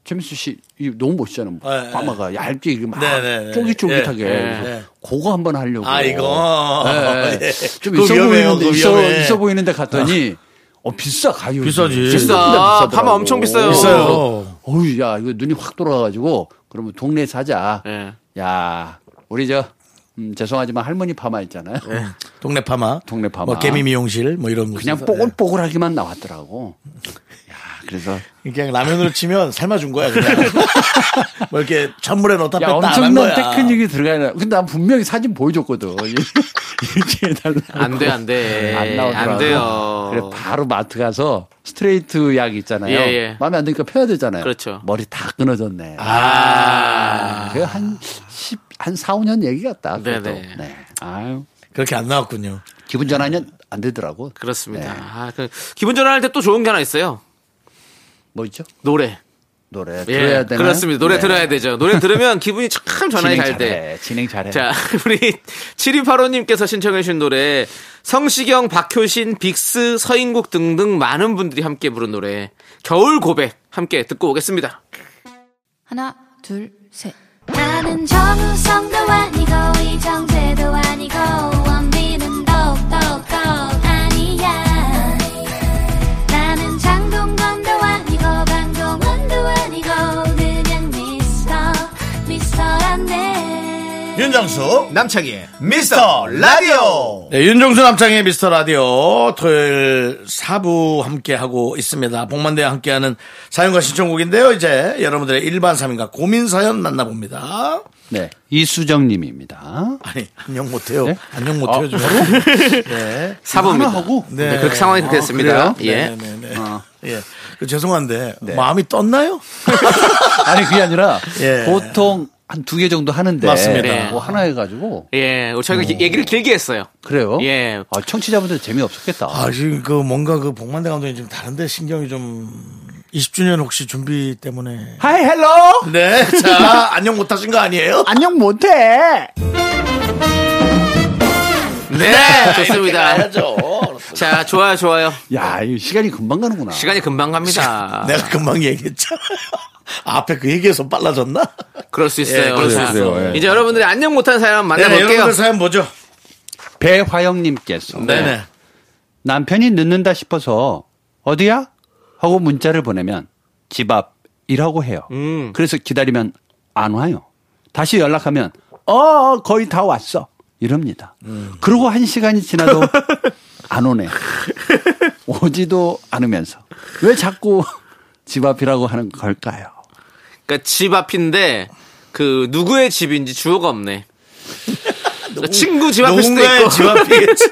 S6: 최민수 씨, 이 너무 멋있잖아요.
S1: 예, 예.
S6: 파마가 얇게, 이게 막
S1: 네, 네, 네.
S6: 쫄깃쫄깃하게.
S1: 예,
S6: 그래서
S1: 예.
S6: 그거 한번 하려고.
S1: 아 이거.
S6: 예, 예. 좀
S1: 그거
S6: 있어
S1: 위험해요,
S6: 보이는데
S1: 그거
S6: 있어,
S1: 위험해. 네.
S6: 있어 보이는데 갔더니 어 비싸 가요.
S1: 비싸지.
S6: 생각보다
S2: 비싸.
S6: 비싸더라고.
S2: 파마 엄청 비싸요.
S1: 비싸요.
S6: 어우 야 이거 눈이 확 돌아가가지고 그러면 동네 사자.
S2: 예.
S6: 야 우리 저 음, 죄송하지만 할머니 파마 있잖아요.
S1: 예. 동네 파마.
S6: 동네 파마.
S1: 뭐 개미 미용실 뭐 이런 거.
S6: 그냥 뽀글뽀글하기만 나왔더라고. 야 그래서
S1: 예. 그냥 라면으로 치면 삶아준 거야 그냥. 뭐 이렇게 찬물에 넣다
S6: 야
S1: 뺐다 안 한
S6: 엄청난
S1: 거야.
S6: 테크닉이 들어가야. 근데 난 분명히 사진 보여줬거든. 유지해달라.
S2: 안 돼, 안 돼.
S6: 안 나오더라고.
S2: 네, 안 돼요.
S6: 그래 바로 마트 가서 스트레이트 약 있잖아요.
S2: 예, 예.
S6: 마음에 안 드니까 펴야 되잖아요.
S2: 그렇죠.
S6: 머리 다 끊어졌네.
S2: 아.
S6: 그게 한 10, 한 4, 5년 얘기 같다. 그래도.
S2: 네네.
S6: 네. 아유.
S1: 그렇게 안 나왔군요.
S6: 기분 전환이 안 되더라고.
S2: 그렇습니다.
S6: 네.
S2: 아, 그 기분 전환할 때 또 좋은 게 하나 있어요.
S6: 뭐 있죠?
S2: 노래.
S6: 노래
S2: 예,
S6: 들어야 되나?
S2: 그렇습니다. 노래
S6: 네.
S2: 들어야 되죠. 노래 들으면 기분이 참 전환이
S6: 진행
S2: 잘
S6: 잘해.
S2: 돼.
S6: 진행 잘해.
S2: 자, 우리 7285님께서 신청해주신 노래, 성시경, 박효신, 빅스, 서인국 등등 많은 분들이 함께 부른 노래, 겨울 고백, 함께 듣고 오겠습니다.
S3: 하나, 둘, 셋.
S5: 나는 정우성도 아니고 이정재도 아니고 원빈은 더욱더 아니야 나는 장동건도 아니고 방종원도 아니고 그냥 미스터 미스터란데
S1: 윤정수
S2: 남창희의
S1: 미스터 라디오. 네, 윤정수 남창의 미스터 라디오 토요일 4부 함께 하고 있습니다. 복만대와 함께하는 사연과 신청곡인데요. 이제 여러분들의 일반 사연과 고민 사연 만나봅니다.
S6: 네. 이수정 님입니다.
S1: 아니 안녕 못해요.
S6: 네?
S1: 안녕 못해요
S6: 아.
S1: 좀. 네.
S2: 사부입니다.
S6: 하나 하고?
S2: 네, 그렇게 상황이 그렇게 됐습니다.
S6: 아, 그래요?
S2: 예. 네.
S1: 네네네.
S6: 어.
S1: 예. 그 죄송한데 마음이 떴나요?
S6: 아니 그게 아니라
S1: 예.
S6: 보통 한 두 개 정도 하는데
S1: 맞습니다.
S2: 네.
S6: 뭐 하나 해가지고
S2: 예, 저희가
S6: 음.
S2: 기- 얘기를 길게 했어요.
S6: 그래요.
S2: 예.
S6: 아, 청취자분들 재미없었겠다.
S1: 아 지금 그 뭔가 그 복만대 감독이 좀 다른데 신경이 좀 20주년 혹시 준비 때문에.
S6: 하이 헬로.
S1: 네. 자 안녕 못하신 거 아니에요?
S6: 안녕 못해.
S2: 네,
S1: 네.
S2: 좋습니다. 자, 좋아요, 좋아요.
S6: 야, 이 시간이 금방 가는구나.
S2: 시간이 금방 갑니다.
S1: 내가 금방 얘기했잖아. 앞에 그 얘기에서 빨라졌나?
S2: 그럴 수 있어요.
S1: 예, 그럴 수
S2: 자,
S6: 있어요. 예.
S2: 이제 여러분들이 안녕 못한 사연 한번
S1: 네,
S2: 만나볼게요.
S1: 여러분들 사연 뭐죠?
S6: 배화영님께서
S1: 네네.
S6: 남편이 늦는다 싶어서 어디야? 하고 문자를 보내면 집 앞이라고 해요.
S2: 음.
S6: 그래서 기다리면 안 와요. 다시 연락하면 어 거의 다 왔어 이럽니다.
S1: 음.
S6: 그러고 한 시간이 지나도 안 오네. 오지도 않으면서 왜 자꾸 집 앞이라고 하는 걸까요?
S2: 그러니까 집 앞인데 그 누구의 집인지 주어가 없네. 친구 집 앞일 수도
S1: 누군가의
S2: 있고.
S1: 집 앞이겠지.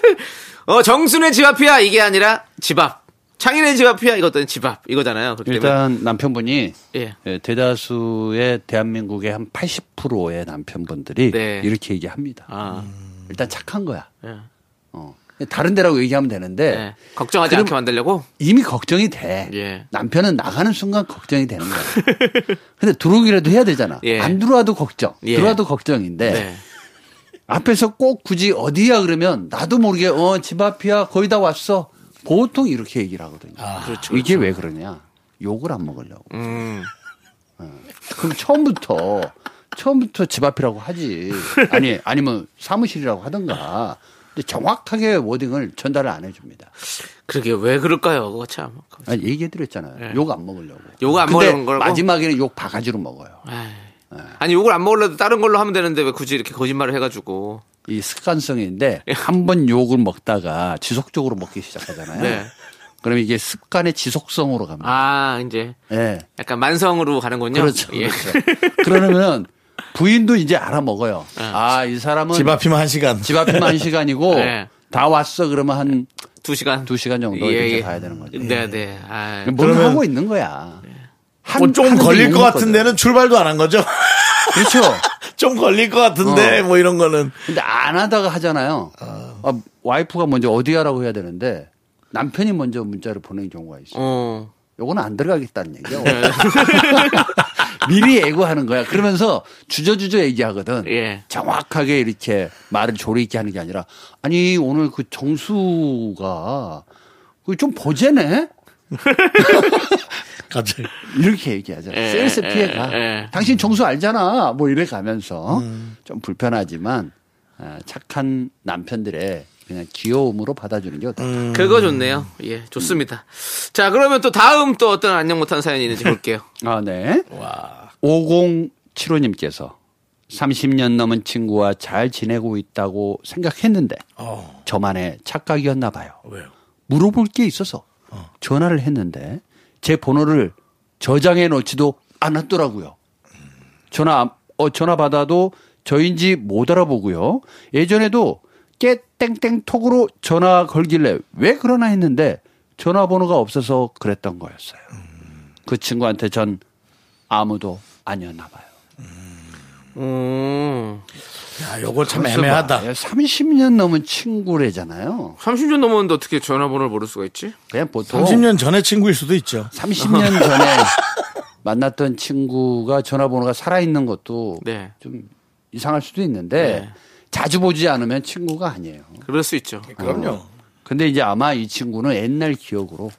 S2: 어 정순의 집 앞이야 이게 아니라 집 앞. 창인의 집 앞이야 이것도 집 앞. 이거잖아요. 그렇기 때문에.
S6: 일단 남편분이
S2: 예.
S6: 예, 대다수의 대한민국의 한 80%의 남편분들이
S2: 네.
S6: 이렇게 얘기합니다.
S2: 아.
S6: 일단 착한 거야.
S2: 예.
S6: 어. 다른 데라고 얘기하면 되는데
S2: 예. 걱정하지 않게 만들려고?
S6: 이미 걱정이 돼.
S2: 예.
S6: 남편은 나가는 순간 걱정이 되는 거야. 근데 들어오기라도 해야 되잖아.
S2: 예.
S6: 안 들어와도 걱정.
S2: 예. 네.
S6: 들어와도 걱정인데 앞에서 꼭 굳이 어디야 그러면 나도 모르게 어 집 앞이야 거의 다 왔어. 보통 이렇게 얘기를 하거든요. 그렇죠, 이게 왜 그러냐? 욕을 안 먹으려고.
S2: 음.
S6: 어. 그럼 처음부터 처음부터 집 앞이라고 하지. 아니 아니면 사무실이라고 하던가. 근데 정확하게 워딩을 전달을 안 해줍니다.
S2: 그러게 왜 그럴까요? 그거 참.
S6: 아니, 얘기해드렸잖아요. 욕 안 먹으려고.
S2: 네. 욕 안
S6: 근데
S2: 먹으려는 거라고?
S6: 마지막에는 욕 바가지로 먹어요.
S2: 에이. 아니 욕을 안 먹으려도 다른 걸로 하면 되는데 왜 굳이 이렇게 거짓말을 해가지고?
S6: 이 습관성인데
S2: 네.
S6: 한 번 욕을 먹다가 지속적으로 먹기 시작하잖아요.
S2: 네.
S6: 그럼 이게 습관의 지속성으로 갑니다.
S2: 아 이제
S6: 예.
S2: 약간 만성으로 가는군요.
S6: 그렇죠.
S2: 예.
S6: 그렇죠. 그러면 부인도 이제 알아먹어요. 아, 이 사람은
S1: 집
S6: 집, 앞...
S1: 앞이면 한 시간.
S6: 에만 시간이고
S2: 네.
S6: 다 왔어 그러면 한
S2: 두 시간. 예,
S6: 두시간 정도 이렇게 가야 되는 거죠. 예.
S2: 네네.
S7: 예.
S2: 아,
S6: 뭘
S1: 그러면-
S6: 하고 있는 거야. 한,
S1: 뭐 좀
S6: 하는데
S1: 걸릴
S6: 욕
S1: 것 같은
S6: 먹거든.
S1: 데는 출발도 안 한 거죠.
S6: 그렇죠.
S1: 좀 걸릴 것 같은데
S6: 어.
S1: 뭐 이런 거는
S6: 근데 안 하다가 하잖아요. 아, 와이프가 먼저 어디야라고 해야 되는데 남편이 먼저 문자를 보내는 경우가 있어요.
S2: 어.
S6: 요거는 안 들어가겠다는 얘기야. 미리 예고하는 거야. 그러면서 주저주저 얘기하거든.
S2: 예.
S6: 정확하게 이렇게 말을 조리 있게 하는 게 아니라 아니 오늘 그 정수가 그 좀 보재네.
S1: 갑자기
S6: 이렇게 얘기하잖아.
S2: 예,
S6: 셀스
S2: 예,
S6: 피해가.
S2: 예.
S6: 당신 정수 알잖아. 뭐 이래 가면서 좀 불편하지만 아, 착한 남편들의 그냥 귀여움으로 받아주는 게 어떨까.
S1: 음.
S2: 그거 좋네요. 예, 좋습니다. 자, 그러면 또 다음 또 어떤 안녕 못한 사연이 있는지 볼게요.
S6: 아, 네. 5075님께서 30년 넘은 친구와 잘 지내고 있다고 생각했는데
S1: 어
S6: 저만의 착각이었나 봐요.
S1: 왜요?
S6: 물어볼 게 있어서 전화를 했는데 제 번호를 저장해 놓지도 않았더라고요. 전화 안- 어, 전화 받아도 저인지 못 알아보고요. 예전에도 깨땡땡 톡으로 전화 걸길래 왜 그러나 했는데 전화번호가 없어서 그랬던 거였어요. 그 친구한테 전 아무도 아니었나 봐요.
S2: 음,
S1: 야 요거 참 애매하다.
S6: 뭐, 예, 30년 넘은 친구래잖아요.
S2: 30년 넘었는데 어떻게 전화번호를 모를 수가 있지?
S6: 그냥 보통
S1: 30년 전에 친구일 수도 있죠.
S6: 30년 전에 만났던 친구가 전화번호가 살아있는 것도
S2: 네.
S6: 좀 이상할 수도 있는데
S2: 네.
S6: 자주 보지 않으면 친구가 아니에요.
S2: 그럴 수 있죠.
S6: 어.
S1: 그럼요.
S6: 근데 이제 아마 이 친구는 옛날 기억으로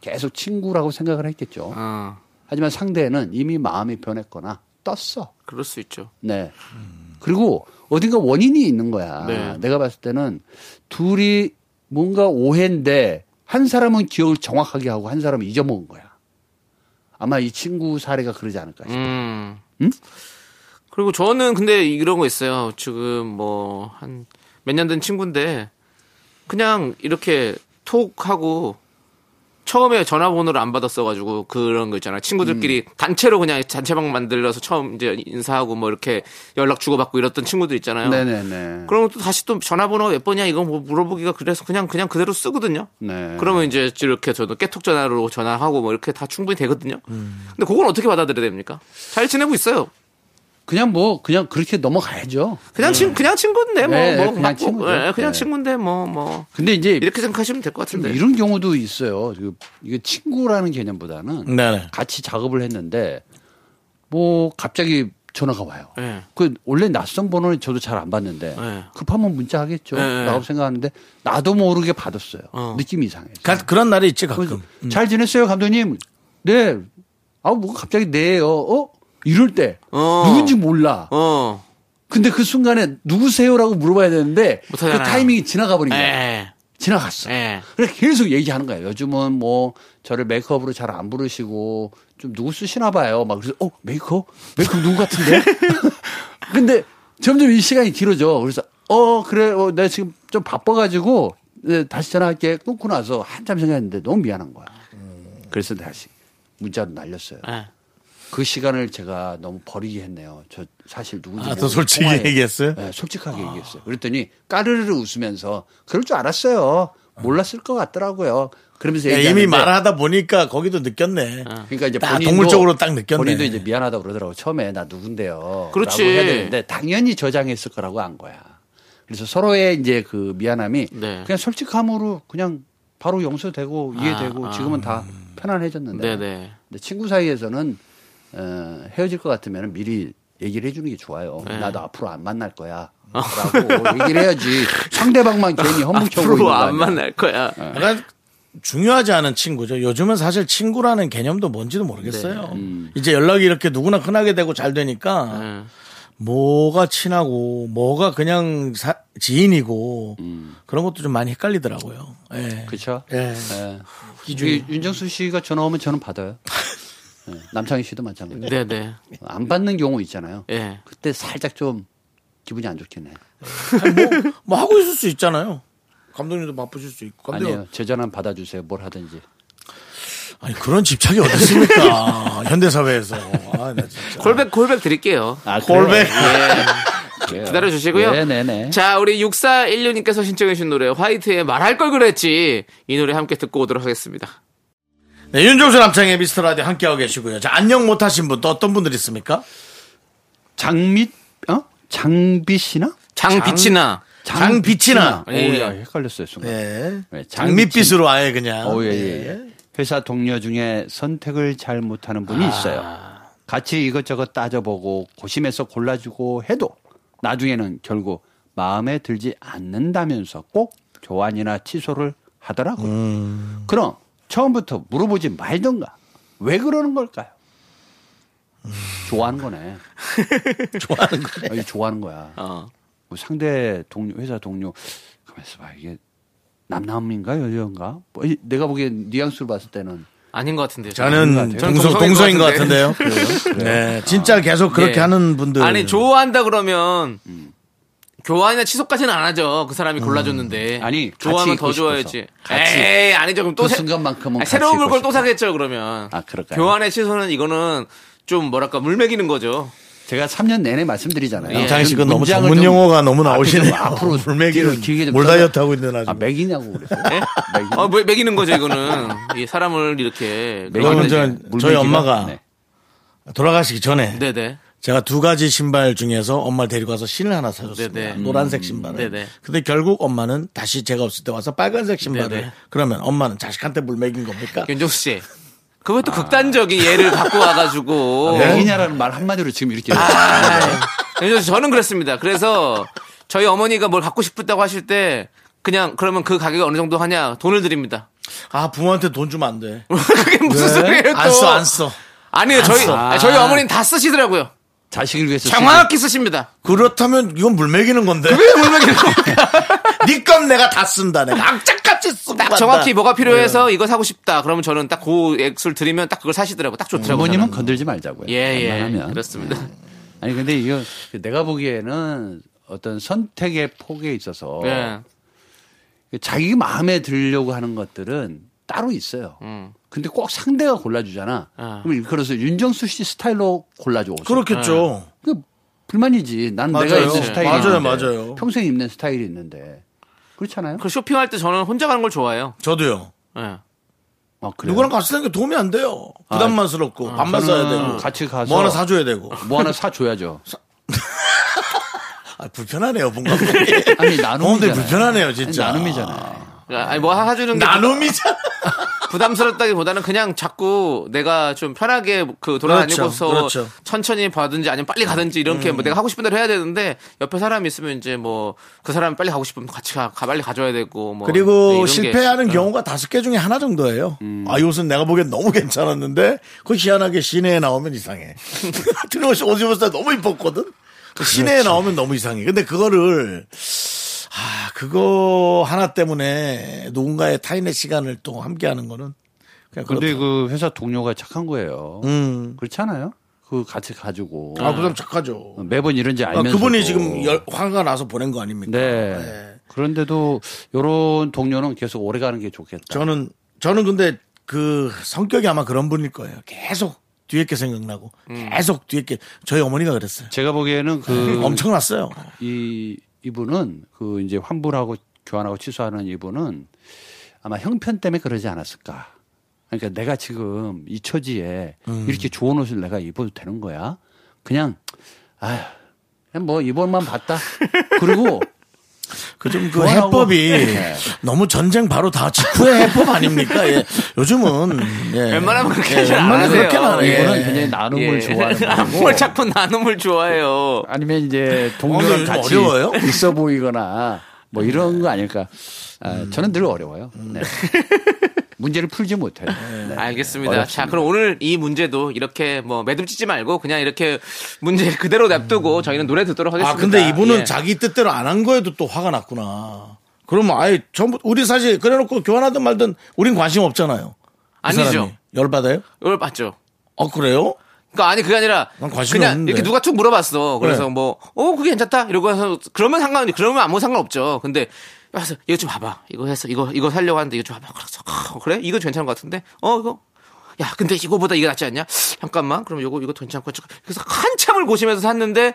S6: 계속 친구라고 생각을 했겠죠.
S2: 아,
S6: 하지만 상대는 이미 마음이 변했거나 떴어.
S2: 그럴 수 있죠.
S6: 네. 그리고 어딘가 원인이 있는 거야.
S2: 네.
S6: 내가 봤을 때는 둘이 뭔가 오해인데 한 사람은 기억을 정확하게 하고 한 사람은 잊어먹은 거야. 아마 이 친구 사례가 그러지 않을까 싶어요.
S2: 음.
S6: 음?
S2: 그리고 저는 근데 이런 거 있어요. 지금 뭐 한 몇 년 된 친구인데 그냥 이렇게 톡하고 처음에 전화번호를 안 받았어가지고 그런 거 있잖아요. 친구들끼리 단체로 그냥 단체방 만들어서 처음 이제 인사하고 뭐 이렇게 연락 주고받고 이랬던 친구들 있잖아요.
S6: 네네네.
S2: 그러면 또 다시 또 전화번호가 몇 번이야 이거 뭐 물어보기가 그래서 그냥 그냥 그대로 쓰거든요.
S6: 네.
S2: 그러면 이제 이렇게 저도 깨톡 전화로 전화하고 뭐 이렇게 다 충분히 되거든요. 근데 그건 어떻게 받아들여야 됩니까? 잘 지내고 있어요.
S6: 그냥 뭐 그냥 그렇게 넘어가야죠.
S2: 그냥 친 그냥 친구인데 뭐 뭐
S6: 네, 그냥
S2: 맞고
S6: 친구죠.
S2: 예, 그냥
S6: 음. 네.
S2: 친구인데 뭐 뭐
S6: 근데 이제
S2: 이렇게 생각하시면 될 것
S6: 좀
S2: 같은데.
S6: 이런 경우도 있어요. 그 이게 친구라는 개념보다는
S2: 음.
S1: 네네.
S6: 같이 작업을 했는데 뭐 갑자기 전화가 와요.
S2: 예.
S6: 그 원래 낯선 번호는 저도 잘 안 받는데
S2: 네.
S6: 급하면 문자 하겠죠.
S2: 네.
S6: 라고 생각하는데 나도 모르게 받았어요.
S2: 어. 음.
S6: 느낌이 이상해서.
S1: 가, 그런 날이 있지
S6: 그래서
S1: 가끔.
S6: 잘 지냈어요, 감독님. 네. 아, 뭐 갑자기 네요. 어? 이럴 때
S2: 어.
S6: 누군지 몰라.
S2: 어.
S6: 근데 그 순간에 누구세요라고 물어봐야 되는데 그
S2: 못하잖아요.
S6: 타이밍이 지나가 버린 거예요.
S2: 예.
S6: 지나갔어.
S2: 예.
S6: 그래서 계속 얘기하는 거예요. 요즘은 뭐 저를 메이크업으로 잘 안 부르시고 좀 누구 쓰시나 봐요. 막 그래서 어 메이크업 메이크업 누구 같은데? 근데 점점 이 시간이 길어져. 그래서 어 그래 어, 내가 지금 좀 바빠가지고 네, 다시 전화할게 끊고 나서 한참 생각했는데 너무 미안한 거야. 그래서 다시 문자로 날렸어요.
S2: 예.
S6: 그 시간을 제가 너무 버리게 했네요. 저 사실 누구지?
S1: 아, 더 솔직히 얘기했어요? 아.
S6: 네, 솔직하게 얘기했어요. 그랬더니 까르르 웃으면서 그럴 줄 알았어요. 몰랐을 것 같더라고요. 그러면서
S1: 야,
S6: 얘기하는데
S1: 예, 이미 말하다 보니까 거기도 느꼈네.
S2: 어.
S6: 그러니까 이제
S1: 딱
S6: 본인도-
S1: 동물적으로 딱 느꼈네.
S6: 본인도 이제 미안하다고 그러더라고. 처음에 나 누군데요.
S2: 그렇지.
S6: 라고 해야 되는데 당연히 저장했을 거라고 한 거야. 그래서 서로의 이제 그 미안함이
S2: 네.
S6: 그냥 솔직함으로 그냥 바로 용서되고 이해되고
S2: 아, 아.
S6: 지금은 다 편안해졌는데
S2: 네네.
S6: 근데 친구 사이에서는 어, 헤어질 것 같으면 미리 얘기를 해주는 게 좋아요.
S2: 네.
S6: 나도 앞으로 안 만날 거야. 라고 얘기를 해야지 상대방만 괜히 험뭉쳐고 있는
S2: 어. 앞으로
S6: 거
S2: 안
S6: 아니야. 어.
S2: 만날 거야.
S1: 약간 그러니까 중요하지 않은 친구죠. 요즘은 사실 친구라는 개념도 뭔지도
S6: 네.
S1: 모르겠어요.
S6: 음.
S1: 이제 연락이 이렇게 누구나 흔하게 되고 잘 되니까
S6: 네.
S2: 음.
S1: 뭐가 친하고 뭐가 그냥 사- 지인이고
S6: 음.
S1: 그런 것도 좀 많이 헷갈리더라고요. 예.
S6: 그렇죠.
S1: 예.
S6: 예. 우리 윤정수 씨가 전화 오면 저는 받아요. 예. 남창희 씨도 마찬가지.
S2: 네네.
S6: 안 받는 경우 있잖아요.
S2: 예.
S6: 그때 살짝 좀 기분이 안 좋겠네.
S1: 뭐 하고 있을 수 있잖아요. 감독님도 바쁘실 수 있고. 감독
S6: 아니에요. 제 전화 받아주세요. 뭘 하든지.
S1: 아니 그런 집착이 어디 있습니까? 현대 사회에서. 아, 나 진짜.
S2: 골백 골백 드릴게요.
S6: 아, 예.
S1: 골뱅.
S2: 기다려 주시고요.
S6: 네네네.
S2: 자, 우리 6416님께서 신청해 주신 노래 화이트의 말할 걸 그랬지. 이 노래 함께 듣고 오도록 하겠습니다.
S1: 네, 윤종수 남창의 미스터 라디오 함께하고 계시고요. 자, 안녕 못하신 분 또 어떤 분들 있습니까?
S6: 장미, 어? 장비 씨나?
S2: 장비치나.
S1: 장비치나.
S6: 오,
S2: 예.
S6: 야, 헷갈렸어요. 순간.
S1: 네.
S6: 네, 장미빛.
S1: 장밋빛으로 아예 그냥.
S6: 오, 예, 예. 회사 동료 중에 선택을 잘 못하는 분이 있어요. 같이 이것저것 따져보고 고심해서 골라주고 해도 나중에는 결국 마음에 들지 않는다면서 꼭 교환이나 취소를 하더라고요. 그럼 처음부터 물어보지 말던가 왜 그러는 걸까요? 좋아하는 거네. 음. 좋아하는 거네. 아, 이거 좋아하는 거야.
S2: 어.
S6: 뭐 상대 동료 회사 동료 가만 있어봐 이게 남남인가 여자인가 뭐 이- 내가 보기엔 뉘앙스로 봤을 때는
S2: 아닌 것 같은데요.
S1: 저는
S2: 저는
S1: 동서, 동서인 것
S2: 동서인
S1: 같은데요. 네. 진짜 계속 그렇게
S2: 예.
S1: 하는
S6: 네.
S1: 분들.
S2: 아니, 좋아한다 그러면
S6: 음.
S2: 교환이나 취소까지는 안 하죠. 그 사람이 골라줬는데.
S6: 아니, 같이
S2: 좋아하면
S6: 있고
S2: 더
S6: 싶어서.
S2: 좋아야지.
S6: 같이.
S2: 에이, 아니죠. 그럼 또
S6: 그
S2: 새-
S6: 순간만큼은
S2: 아니,
S6: 같이
S2: 새로운
S6: 있고
S2: 물건 또
S6: 싶다.
S2: 사겠죠, 그러면.
S6: 아, 그럴까요?
S2: 교환의 취소는 이거는 좀 뭐랄까, 물매기는 거죠.
S6: 제가 3년 내내 말씀드리잖아요.
S2: 예.
S1: 장희 네. 씨가 너무
S6: 문장을
S1: 전문
S6: 좀
S1: 용어가 너무
S6: 앞에
S1: 나오시네요.
S6: 좀 앞으로
S1: 물맥이는
S6: 뒤로 길게 좀
S1: 뭘
S6: 써놔.
S1: 다이어트 하고 있는 아주.
S6: 아 맥이냐고 그래서
S2: 예? 어, 뭐, 매기는 거죠, 이거는. 이 사람을 이렇게.
S1: 그러면 저는 저희 엄마가
S6: 네.
S1: 돌아가시기 전에
S2: 네네.
S1: 제가 두 가지 신발 중에서 엄마를 데리고 와서 신을 하나 사줬습니다.
S2: 네네.
S6: 음,
S1: 노란색 신발을.
S2: 네네.
S1: 근데 결국 엄마는 다시 제가 없을 때 와서 빨간색 신발을.
S2: 네네.
S1: 그러면 엄마는 자식한테 물맥인 겁니까?
S6: 그
S2: 윤정수 씨. 그왜 또 극단적인 예를 갖고
S1: 네?
S2: 와가지고.
S6: 맥이냐라는 말 한마디로 지금 이렇게
S1: 아.
S2: 윤정수 씨, 저는 그랬습니다. 그래서 저희 어머니가 뭘 갖고 싶었다고 하실 때 그냥 그러면 그 가격이 어느 정도 하냐 돈을 드립니다.
S1: 아 부모한테 돈 주면 안 돼.
S2: 그게
S1: 네.
S2: 무슨 소리예요 또.
S1: 안 써, 안 써.
S2: 아니요, 저희,
S1: 써.
S2: 아니, 저희 어머니는 다 쓰시더라고요.
S6: 자식을 위해서
S2: 정확히 쓰십니다.
S1: 그렇다면 이건 물맥이는 건데. 네 니껌 내가 다 쓴다. 내가 아, 악착같이 쓰고.
S2: 딱
S6: 아,
S1: 간다.
S2: 정확히 뭐가 필요해서 이거 사고 싶다. 그러면 저는 딱 그 액수를 드리면 딱 그걸 사시더라고요. 딱
S6: 쓰-
S2: 좋더라고요.
S6: 부모님은
S2: 저는.
S6: 건들지 말자고요.
S2: 예, 예.
S6: 웬만하면. 네.
S2: 그렇습니다.
S6: 아니 근데 이거 내가 보기에는 어떤 선택의 폭에 있어서
S1: 음. 네.
S2: 예.
S6: 자기 마음에 들려고 하는 것들은 따로 있어요.
S1: 음.
S6: 근데 꼭 상대가 골라주잖아.
S2: 아.
S6: 그럼 일컬어서 윤정수 씨 스타일로 골라줘. 옷을.
S1: 그렇겠죠.
S6: 그 불만이지. 난 내가
S1: 맞아요.
S6: 입는 스타일이
S1: 맞아요,
S6: 있는데.
S1: 맞아요.
S6: 평생 입는 스타일이 있는데. 그렇잖아요.
S2: 그 쇼핑할 때 저는 혼자 가는 걸 좋아해요.
S1: 저도요.
S2: 예.
S6: 아, 그래요?
S1: 누구랑 같이 사는 게 도움이 안 돼요. 부담만스럽고 밥만 써야 되고
S6: 아, 같이 가서
S1: 뭐 하나 사줘야 되고
S6: 뭐 하나 사줘야죠.
S1: 아, 불편하네요 뭔가
S6: 아니
S1: 부모들
S6: 나눔이잖아요.
S1: 불편하네요 진짜
S6: 아니, 나눔이잖아요.
S2: 아니, 뭐 사주는 게
S1: 나눔이잖아
S2: 부담스럽다기보다는 그냥 자꾸 내가 좀 편하게 그 돌아다니고서
S1: 그렇죠, 음. 그렇죠.
S2: 천천히 봐든지 아니면 빨리 가든지 이렇게 뭐 내가 하고 싶은 대로 해야 되는데 옆에 사람이 있으면 이제 뭐 그 사람이 빨리 가고 싶으면 같이 가, 가- 빨리 가줘야 되고 뭐 이런
S1: 그리고
S2: 게
S1: 실패하는 경우가 다섯 개 중에 하나 정도예요 아 이것은 내가 보기엔 너무 괜찮았는데 그 희한하게 시내에 나오면 이상해 드림워시 오지버스 때 너무 이뻤거든 그 시내에 나오면 너무 이상해 근데 그거를 아 그거 하나 때문에 누군가의 타인의 시간을 또 함께하는 거는 그냥
S6: 근데
S1: 그렇다.
S6: 그 회사 동료가 착한 거예요.
S1: 음.
S6: 그렇잖아요. 그 같이 가지고
S1: 아, 그 사람 착하죠.
S6: 매번 이런지
S1: 아,
S6: 어, 알면서
S1: 그분이 지금 열- 화가 나서 보낸 거 아닙니까?
S6: 네.
S1: 네.
S6: 그런데도 요런 동료는 계속 오래 가는 게 좋겠다.
S1: 그러니까. 저는 저는 근데 그 성격이 아마 그런 분일 거예요. 계속 뒤에 게 생각나고
S2: 음.
S1: 계속 뒤에 게 저희 어머니가 그랬어요.
S6: 제가 보기에는 그
S1: 네. 엄청났어요.
S6: 이 이분은 그 이제 환불하고 교환하고 취소하는 이분은 아마 형편 때문에 그러지 않았을까. 그러니까 내가 지금 이 처지에 이렇게 좋은 옷을 내가 입어도 되는 거야. 그냥 아휴 그냥 뭐 이번만 봤다. 그리고
S1: 그좀 그 해법이
S2: 네.
S1: 너무 전쟁 바로 다 직후의 해법 아닙니까? 예. 요즘은 예.
S2: 웬만하면 그렇게
S1: 예,
S2: 잘안
S1: 웬만하면
S2: 하세요.
S1: 그렇게 안 아, 해요.
S2: 예.
S6: 이거는
S1: 이거는
S6: 그냥 나눔을 좋아하는 거고
S1: 네.
S2: 나눔을 자꾸 나눔을 좋아해요.
S6: 아니면 이제
S1: 어,
S6: 동료랑
S1: 요즘
S6: 같이
S1: 어려워요?
S6: 있어 보이거나 뭐 이런 거 아닐까. 아, 저는 늘 어려워요. 네. 문제를 풀지 못해요. 네.
S2: 알겠습니다.
S6: 어렵습니다.
S2: 자, 그럼 오늘 이 문제도 이렇게 뭐 매듭지지 말고 그냥 이렇게 문제 그대로 냅두고 저희는 노래 듣도록
S1: 아
S2: 하겠습니다.
S1: 근데 이분은
S2: 예.
S1: 자기 뜻대로 안 한 거에도 또 화가 났구나. 그러면 아예 전부 우리 사실 그래놓고 교환하든 말든 우린 관심 없잖아요. 그
S2: 아니죠.
S1: 열 받아요?
S2: 이걸 봤죠.
S1: 아 그래요?
S2: 그러니까 아니 그게 아니라
S1: 난 관심이
S2: 그냥
S1: 없는데. 예.
S2: 이렇게 누가 툭 물어봤어. 그래서
S1: 그래.
S2: 뭐 어 그게 괜찮다 이러고 해서 그러면 상관없지. 그러면 아무 상관없죠. 근데 와서 이거 좀 봐봐. 이거 해서 이거 이거 살려고 하는데 이거 좀 봐봐. 그래서 아, 그래 이거 괜찮은 것 같은데 어 이거 야 근데 이거보다 이게 낫지 않냐? 잠깐만 그럼 이거 이거 괜찮고 그래서 한참을 고심해서 샀는데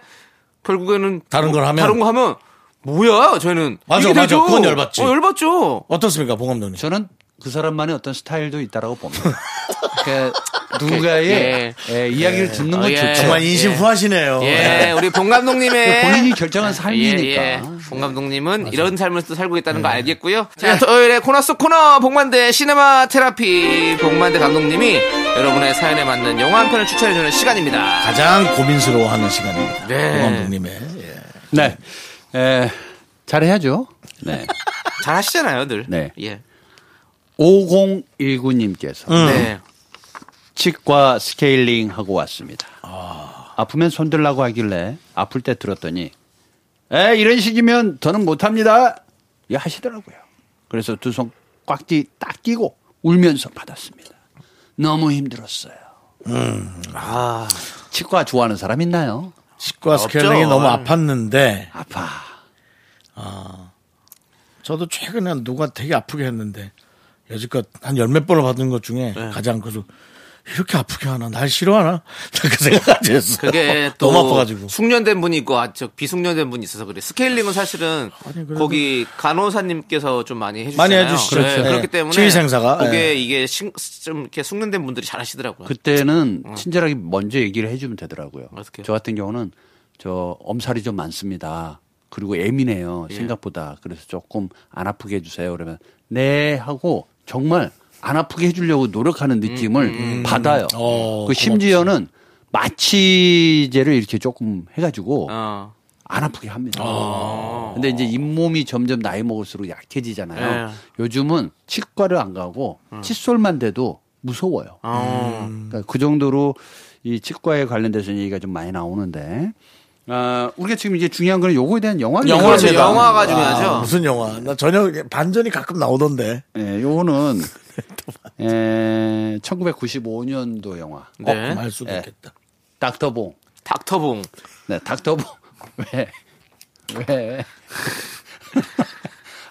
S2: 결국에는
S1: 다른 걸 하면?
S2: 다른 거 하면 뭐야 저희는
S1: 맞아,
S2: 이게
S1: 맞아.
S2: 되죠.
S1: 그건 열받지.
S2: 어, 열받죠.
S1: 어떻습니까, 봉 감독님?
S6: 저는 그 사람만의 어떤 스타일도 있다라고 봅니다. 그러니까 누군가의
S2: 예.
S6: 예, 이야기를 예. 듣는 건
S2: 어, 예.
S6: 좋죠.
S1: 정말 인심
S2: 예.
S1: 후하시네요.
S2: 예, 우리 봉 감독님의
S6: 본인이 결정한 삶이니까. 네.
S2: 봉 예, 감독님은 이런 삶을 또 살고 있다는 거 알겠고요. 자, 토요일에 코너 속 코너 복만대 시네마 테라피 복만대 감독님이 여러분의 사연에 맞는 영화 한 편을 추천해주는 시간입니다.
S1: 가장 고민스러워하는 시간입니다.
S2: 네.
S1: 봉 감독님의 예.
S6: 네. 예, 잘해야죠. 네.
S2: 잘 하시잖아요, 늘.
S6: 네.
S2: 예.
S6: 5019님께서
S2: 네.
S6: 치과 스케일링 하고 왔습니다. 아. 프면 손들라고 하길래 아플 때 들었더니 에 이런 식이면 더는 못합니다. 예, 하시더라고요. 그래서 두 손 꽉 쥐 딱 끼고 울면서 받았습니다. 너무 힘들었어요. 아 치과 좋아하는 사람 있나요?
S1: 치과 스케일링이 너무 아팠는데 아,
S6: 아파.
S1: 저도 최근에 누가 되게 아프게 했는데 여지껏 한 열 몇 번을 받은 것 중에 가장 그래도 이렇게 아프게 하나 날 싫어하나 그 생각까지 했어요.
S2: 그게 또
S1: 너무 아파가지고
S2: 숙련된 분이 있고 아, 저 비숙련된 분이 있어서 그래. 스케일링은 사실은
S1: 그래도-
S2: 거기 간호사님께서 좀 많이 해주시잖아요.
S1: 많이 해주시죠.
S2: 네,
S1: 그렇죠.
S2: 그렇기
S1: 네.
S2: 때문에
S1: 지휘생사가,
S2: 그게
S1: 네.
S2: 이게 신- 좀 이렇게 숙련된 분들이 잘 하시더라고요. 어.
S6: 그때는 친절하게 먼저 얘기를 해주면 되더라고요.
S2: 어떡해요?
S6: 저 같은 경우는 저 엄살이 좀 많습니다. 그리고 예민해요. 생각보다. 그래서 조금 안 아프게 해주세요. 그러면 네 하고 정말 안 아프게 해주려고 노력하는 느낌을
S2: 음,
S6: 받아요.
S1: 어,
S6: 그 심지어는 마취제를 이렇게 조금 해가지고
S2: 어.
S6: 안 아프게 합니다. 근데 이제 잇몸이 점점 나이 먹을수록
S2: 예.
S6: 약해지잖아요. 요즘은 치과를 안 가고 칫솔만 대도 무서워요.
S2: 어.
S6: 그러니까 그 정도로 이 치과에 관련돼서 얘기가 좀 많이 나오는데 아, 우리가 지금 이제 중요한 건 요거에 대한 영화를
S1: 영화를
S6: 얘기하는
S2: 그렇죠.
S1: 영화.
S2: 영화가
S1: 아,
S2: 중요하죠.
S1: 무슨 영화 나 전혀 반전이 가끔 나오던데
S6: 예, 요거는 에, 1995년도 영화
S2: 네.
S1: 어, 말 수도
S6: 예.
S1: 있겠다.
S6: 닥터봉.
S2: 닥터봉.
S6: 네, 닥터봉. 왜? 왜?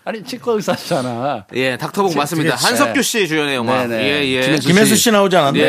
S6: 아니 치과 의사잖아.
S2: 예, 닥터봉 맞습니다.
S6: 그치.
S2: 한석규 씨 주연의 영화.
S6: 네네.
S2: 예, 예.
S6: 김혜수
S1: 김혜수 씨 나오지 않았나요?
S2: 예,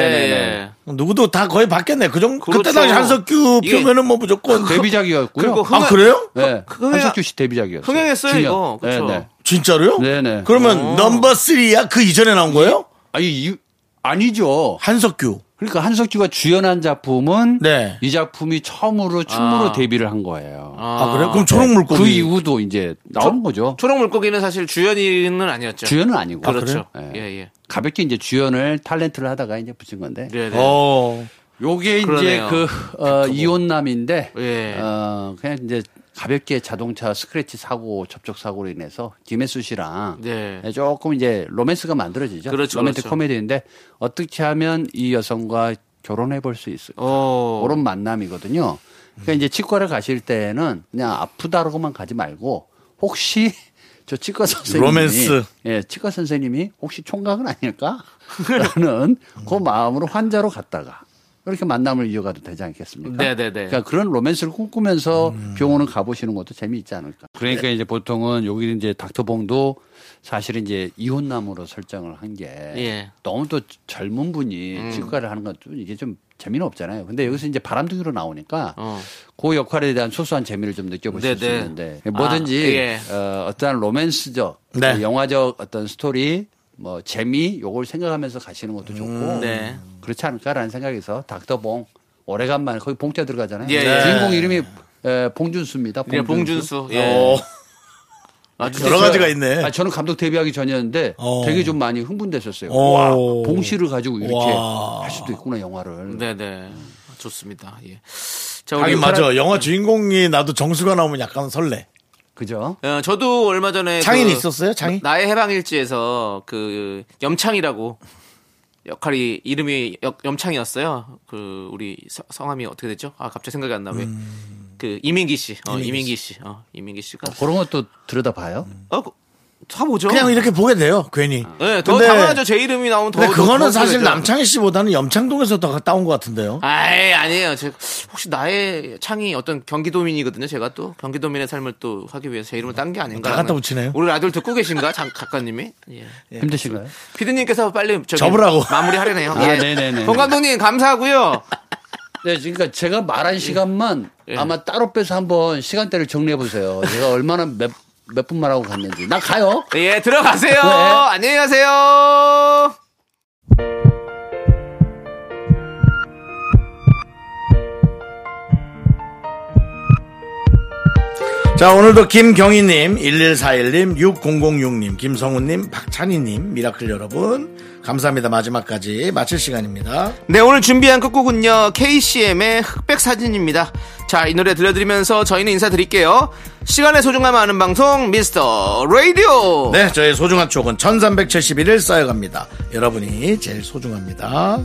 S2: 예.
S1: 누구도 다 거의 받겠네. 그 정도 그때
S2: 그렇죠.
S1: 당시 한석규
S2: 이게-
S1: 표면은 뭐 무조건
S6: 아, 데뷔작이었고요.
S2: 그리고 흥-
S1: 아 그래요?
S6: 네,
S2: 흥행-
S6: 한석규 씨 데뷔작이었어요.
S2: 흥행했어요,
S6: 중년.
S2: 이거. 그쵸?
S6: 네, 네.
S1: 진짜로요?
S6: 네네.
S1: 그러면 넘버 쓰리야 그 이전에 나온 거예요?
S6: 아니 이, 아니죠.
S1: 한석규.
S6: 그러니까 한석규가 주연한 작품은
S1: 네.
S6: 이 작품이 처음으로 춤으로
S2: 아. 네.
S6: 데뷔를 한 거예요.
S1: 아, 그래요? 그럼 초록 물고기.
S6: 그 이후도 이제 나오는 거죠.
S2: 초록 물고기는 사실 주연이는 아니었죠.
S6: 주연은 아니고
S2: 그렇죠.
S6: 그래요?
S2: 예,
S6: 예.
S2: 예.
S6: 가볍게 이제 주연을 탤런트를 하다가 이제 붙인 건데.
S2: 네, 네.
S1: 어.
S6: 요게 이제
S2: 그러네요.
S6: 그 어, 이혼남인데
S2: 예.
S6: 어, 그냥 이제 가볍게 자동차 스크래치 사고 접촉 사고로 인해서 김혜수 씨랑
S2: 네.
S6: 조금 이제 로맨스가 만들어지죠.
S2: 그렇죠,
S6: 로맨틱
S2: 그렇죠.
S6: 코미디인데 어떻게 하면 이 여성과 결혼해 볼 수 있을까?
S2: 어. 음.
S6: 그런 만남이거든요. 그러니까 이제 치과를 가실 때는 그냥 아프다라고만 가지 말고 혹시 저 치과 선생님이
S1: 로맨스.
S6: 예, 치과 선생님이 혹시 총각은 아닐까라는 그 마음으로 환자로 갔다가 그렇게 만남을 이어가도 되지 않겠습니까?
S2: 네네네.
S6: 그러니까 그런 로맨스를 꿈꾸면서 병원을 가보시는 것도 재미있지 않을까. 음. 그러니까 이제 보통은 여기 이제 닥터봉도 사실은 이제 이혼남으로 설정을 한 게
S2: 예. 음.
S6: 너무 또 젊은 분이 치과를 하는 것도 이게 좀 재미는 없잖아요. 근데 여기서 이제 바람둥이로 나오니까
S2: 어.
S6: 그 역할에 대한 소소한 재미를 좀 느껴보실 수
S2: 네네.
S6: 있는데
S2: 아,
S6: 뭐든지
S2: 예.
S6: 어, 어떠한 로맨스적, 그
S1: 네.
S6: 영화적 어떤 스토리, 뭐 재미 요걸 생각하면서 가시는 것도 좋고
S2: 네.
S6: 그렇지 않을까라는 생각에서 닥터봉 오래간만에 거기 봉자 들어가잖아요. 네.
S2: 예, 예.
S6: 주인공 어. 이름이 에, 봉준수입니다.
S2: 예,
S6: 봉준수.
S2: 봉준수. 예.
S1: 어.
S6: 아주
S1: 여러
S6: 진짜-
S1: 가지가 있네.
S6: 아, 저는 감독 데뷔하기 전이었는데
S1: 어.
S6: 되게 좀 많이 흥분됐었어요.
S1: 오.
S6: 와, 봉시를 가지고 이렇게
S1: 와.
S6: 할 수도 있구나 영화를.
S7: 네네. 좋습니다. 예. 자,
S1: 하긴
S7: 우리
S1: 맞아. 영화 주인공이 나도 정수가 나오면 약간 설레.
S6: 그죠?
S7: 어, 저도 얼마 전에
S1: 장인
S7: 그
S1: 있었어요? 장인?
S7: 나의 해방일지에서 그 염창이라고 역할이 이름이 역- 염창이었어요. 그 우리 서- 성함이 어떻게 됐죠? 아 갑자기 생각이 안 나네.
S1: 음.
S7: 그 이민기 씨, 어, 이민기 씨, 어, 이민기 씨가
S6: 그런 것도 들여다 봐요.
S7: 어, 그- 다 보죠.
S1: 아, 그냥 이렇게 보게 돼요. 괜히.
S7: 네, 더
S1: 근데-
S7: 당황하죠. 제 이름이 나오면 더.
S1: 근데 그거는
S7: 더
S1: 사실
S7: 설레죠.
S1: 남창희 씨보다는 염창동에서 더 갔다 온 것 같은데요.
S7: 아이 아니에요. 제가 혹시 나의 창이 어떤 경기도민이거든요. 제가 또 경기도민의 삶을 또 하기 위해서 제 이름을 딴 게 아닌가.
S1: 다 갖다 붙이네요.
S7: 우리 라디오 듣고 계신가, 장, 작가님이? 예.
S6: 힘드신가요?
S7: 피디님께서 빨리 저기
S1: 접으라고.
S7: 마무리하려네요.
S6: 아, 네네네.
S7: 본 감독님 감사하고요.
S6: 네, 그러니까 제가 말한 시간만 아마 따로 빼서 한번 시간대를 정리해 보세요. 제가 얼마나 몇, 몇 분만 하고 갔는지. 나 가요.
S7: 예 들어가세요.
S6: 네.
S7: 안녕히 가세요.
S1: 자, 오늘도 김경희님, 1141님, 6006님, 김성훈님, 박찬희님, 미라클 여러분. 감사합니다. 마지막까지 마칠 시간입니다.
S7: 네 오늘 준비한 끝곡은요 KCM의 흑백 사진입니다. 자 이 노래 들려드리면서 저희는 인사드릴게요. 시간의 소중함 아는 방송 미스터 라디오.
S1: 네, 저의 소중한 추억은 1371일 쌓여갑니다. 여러분이 제일 소중합니다.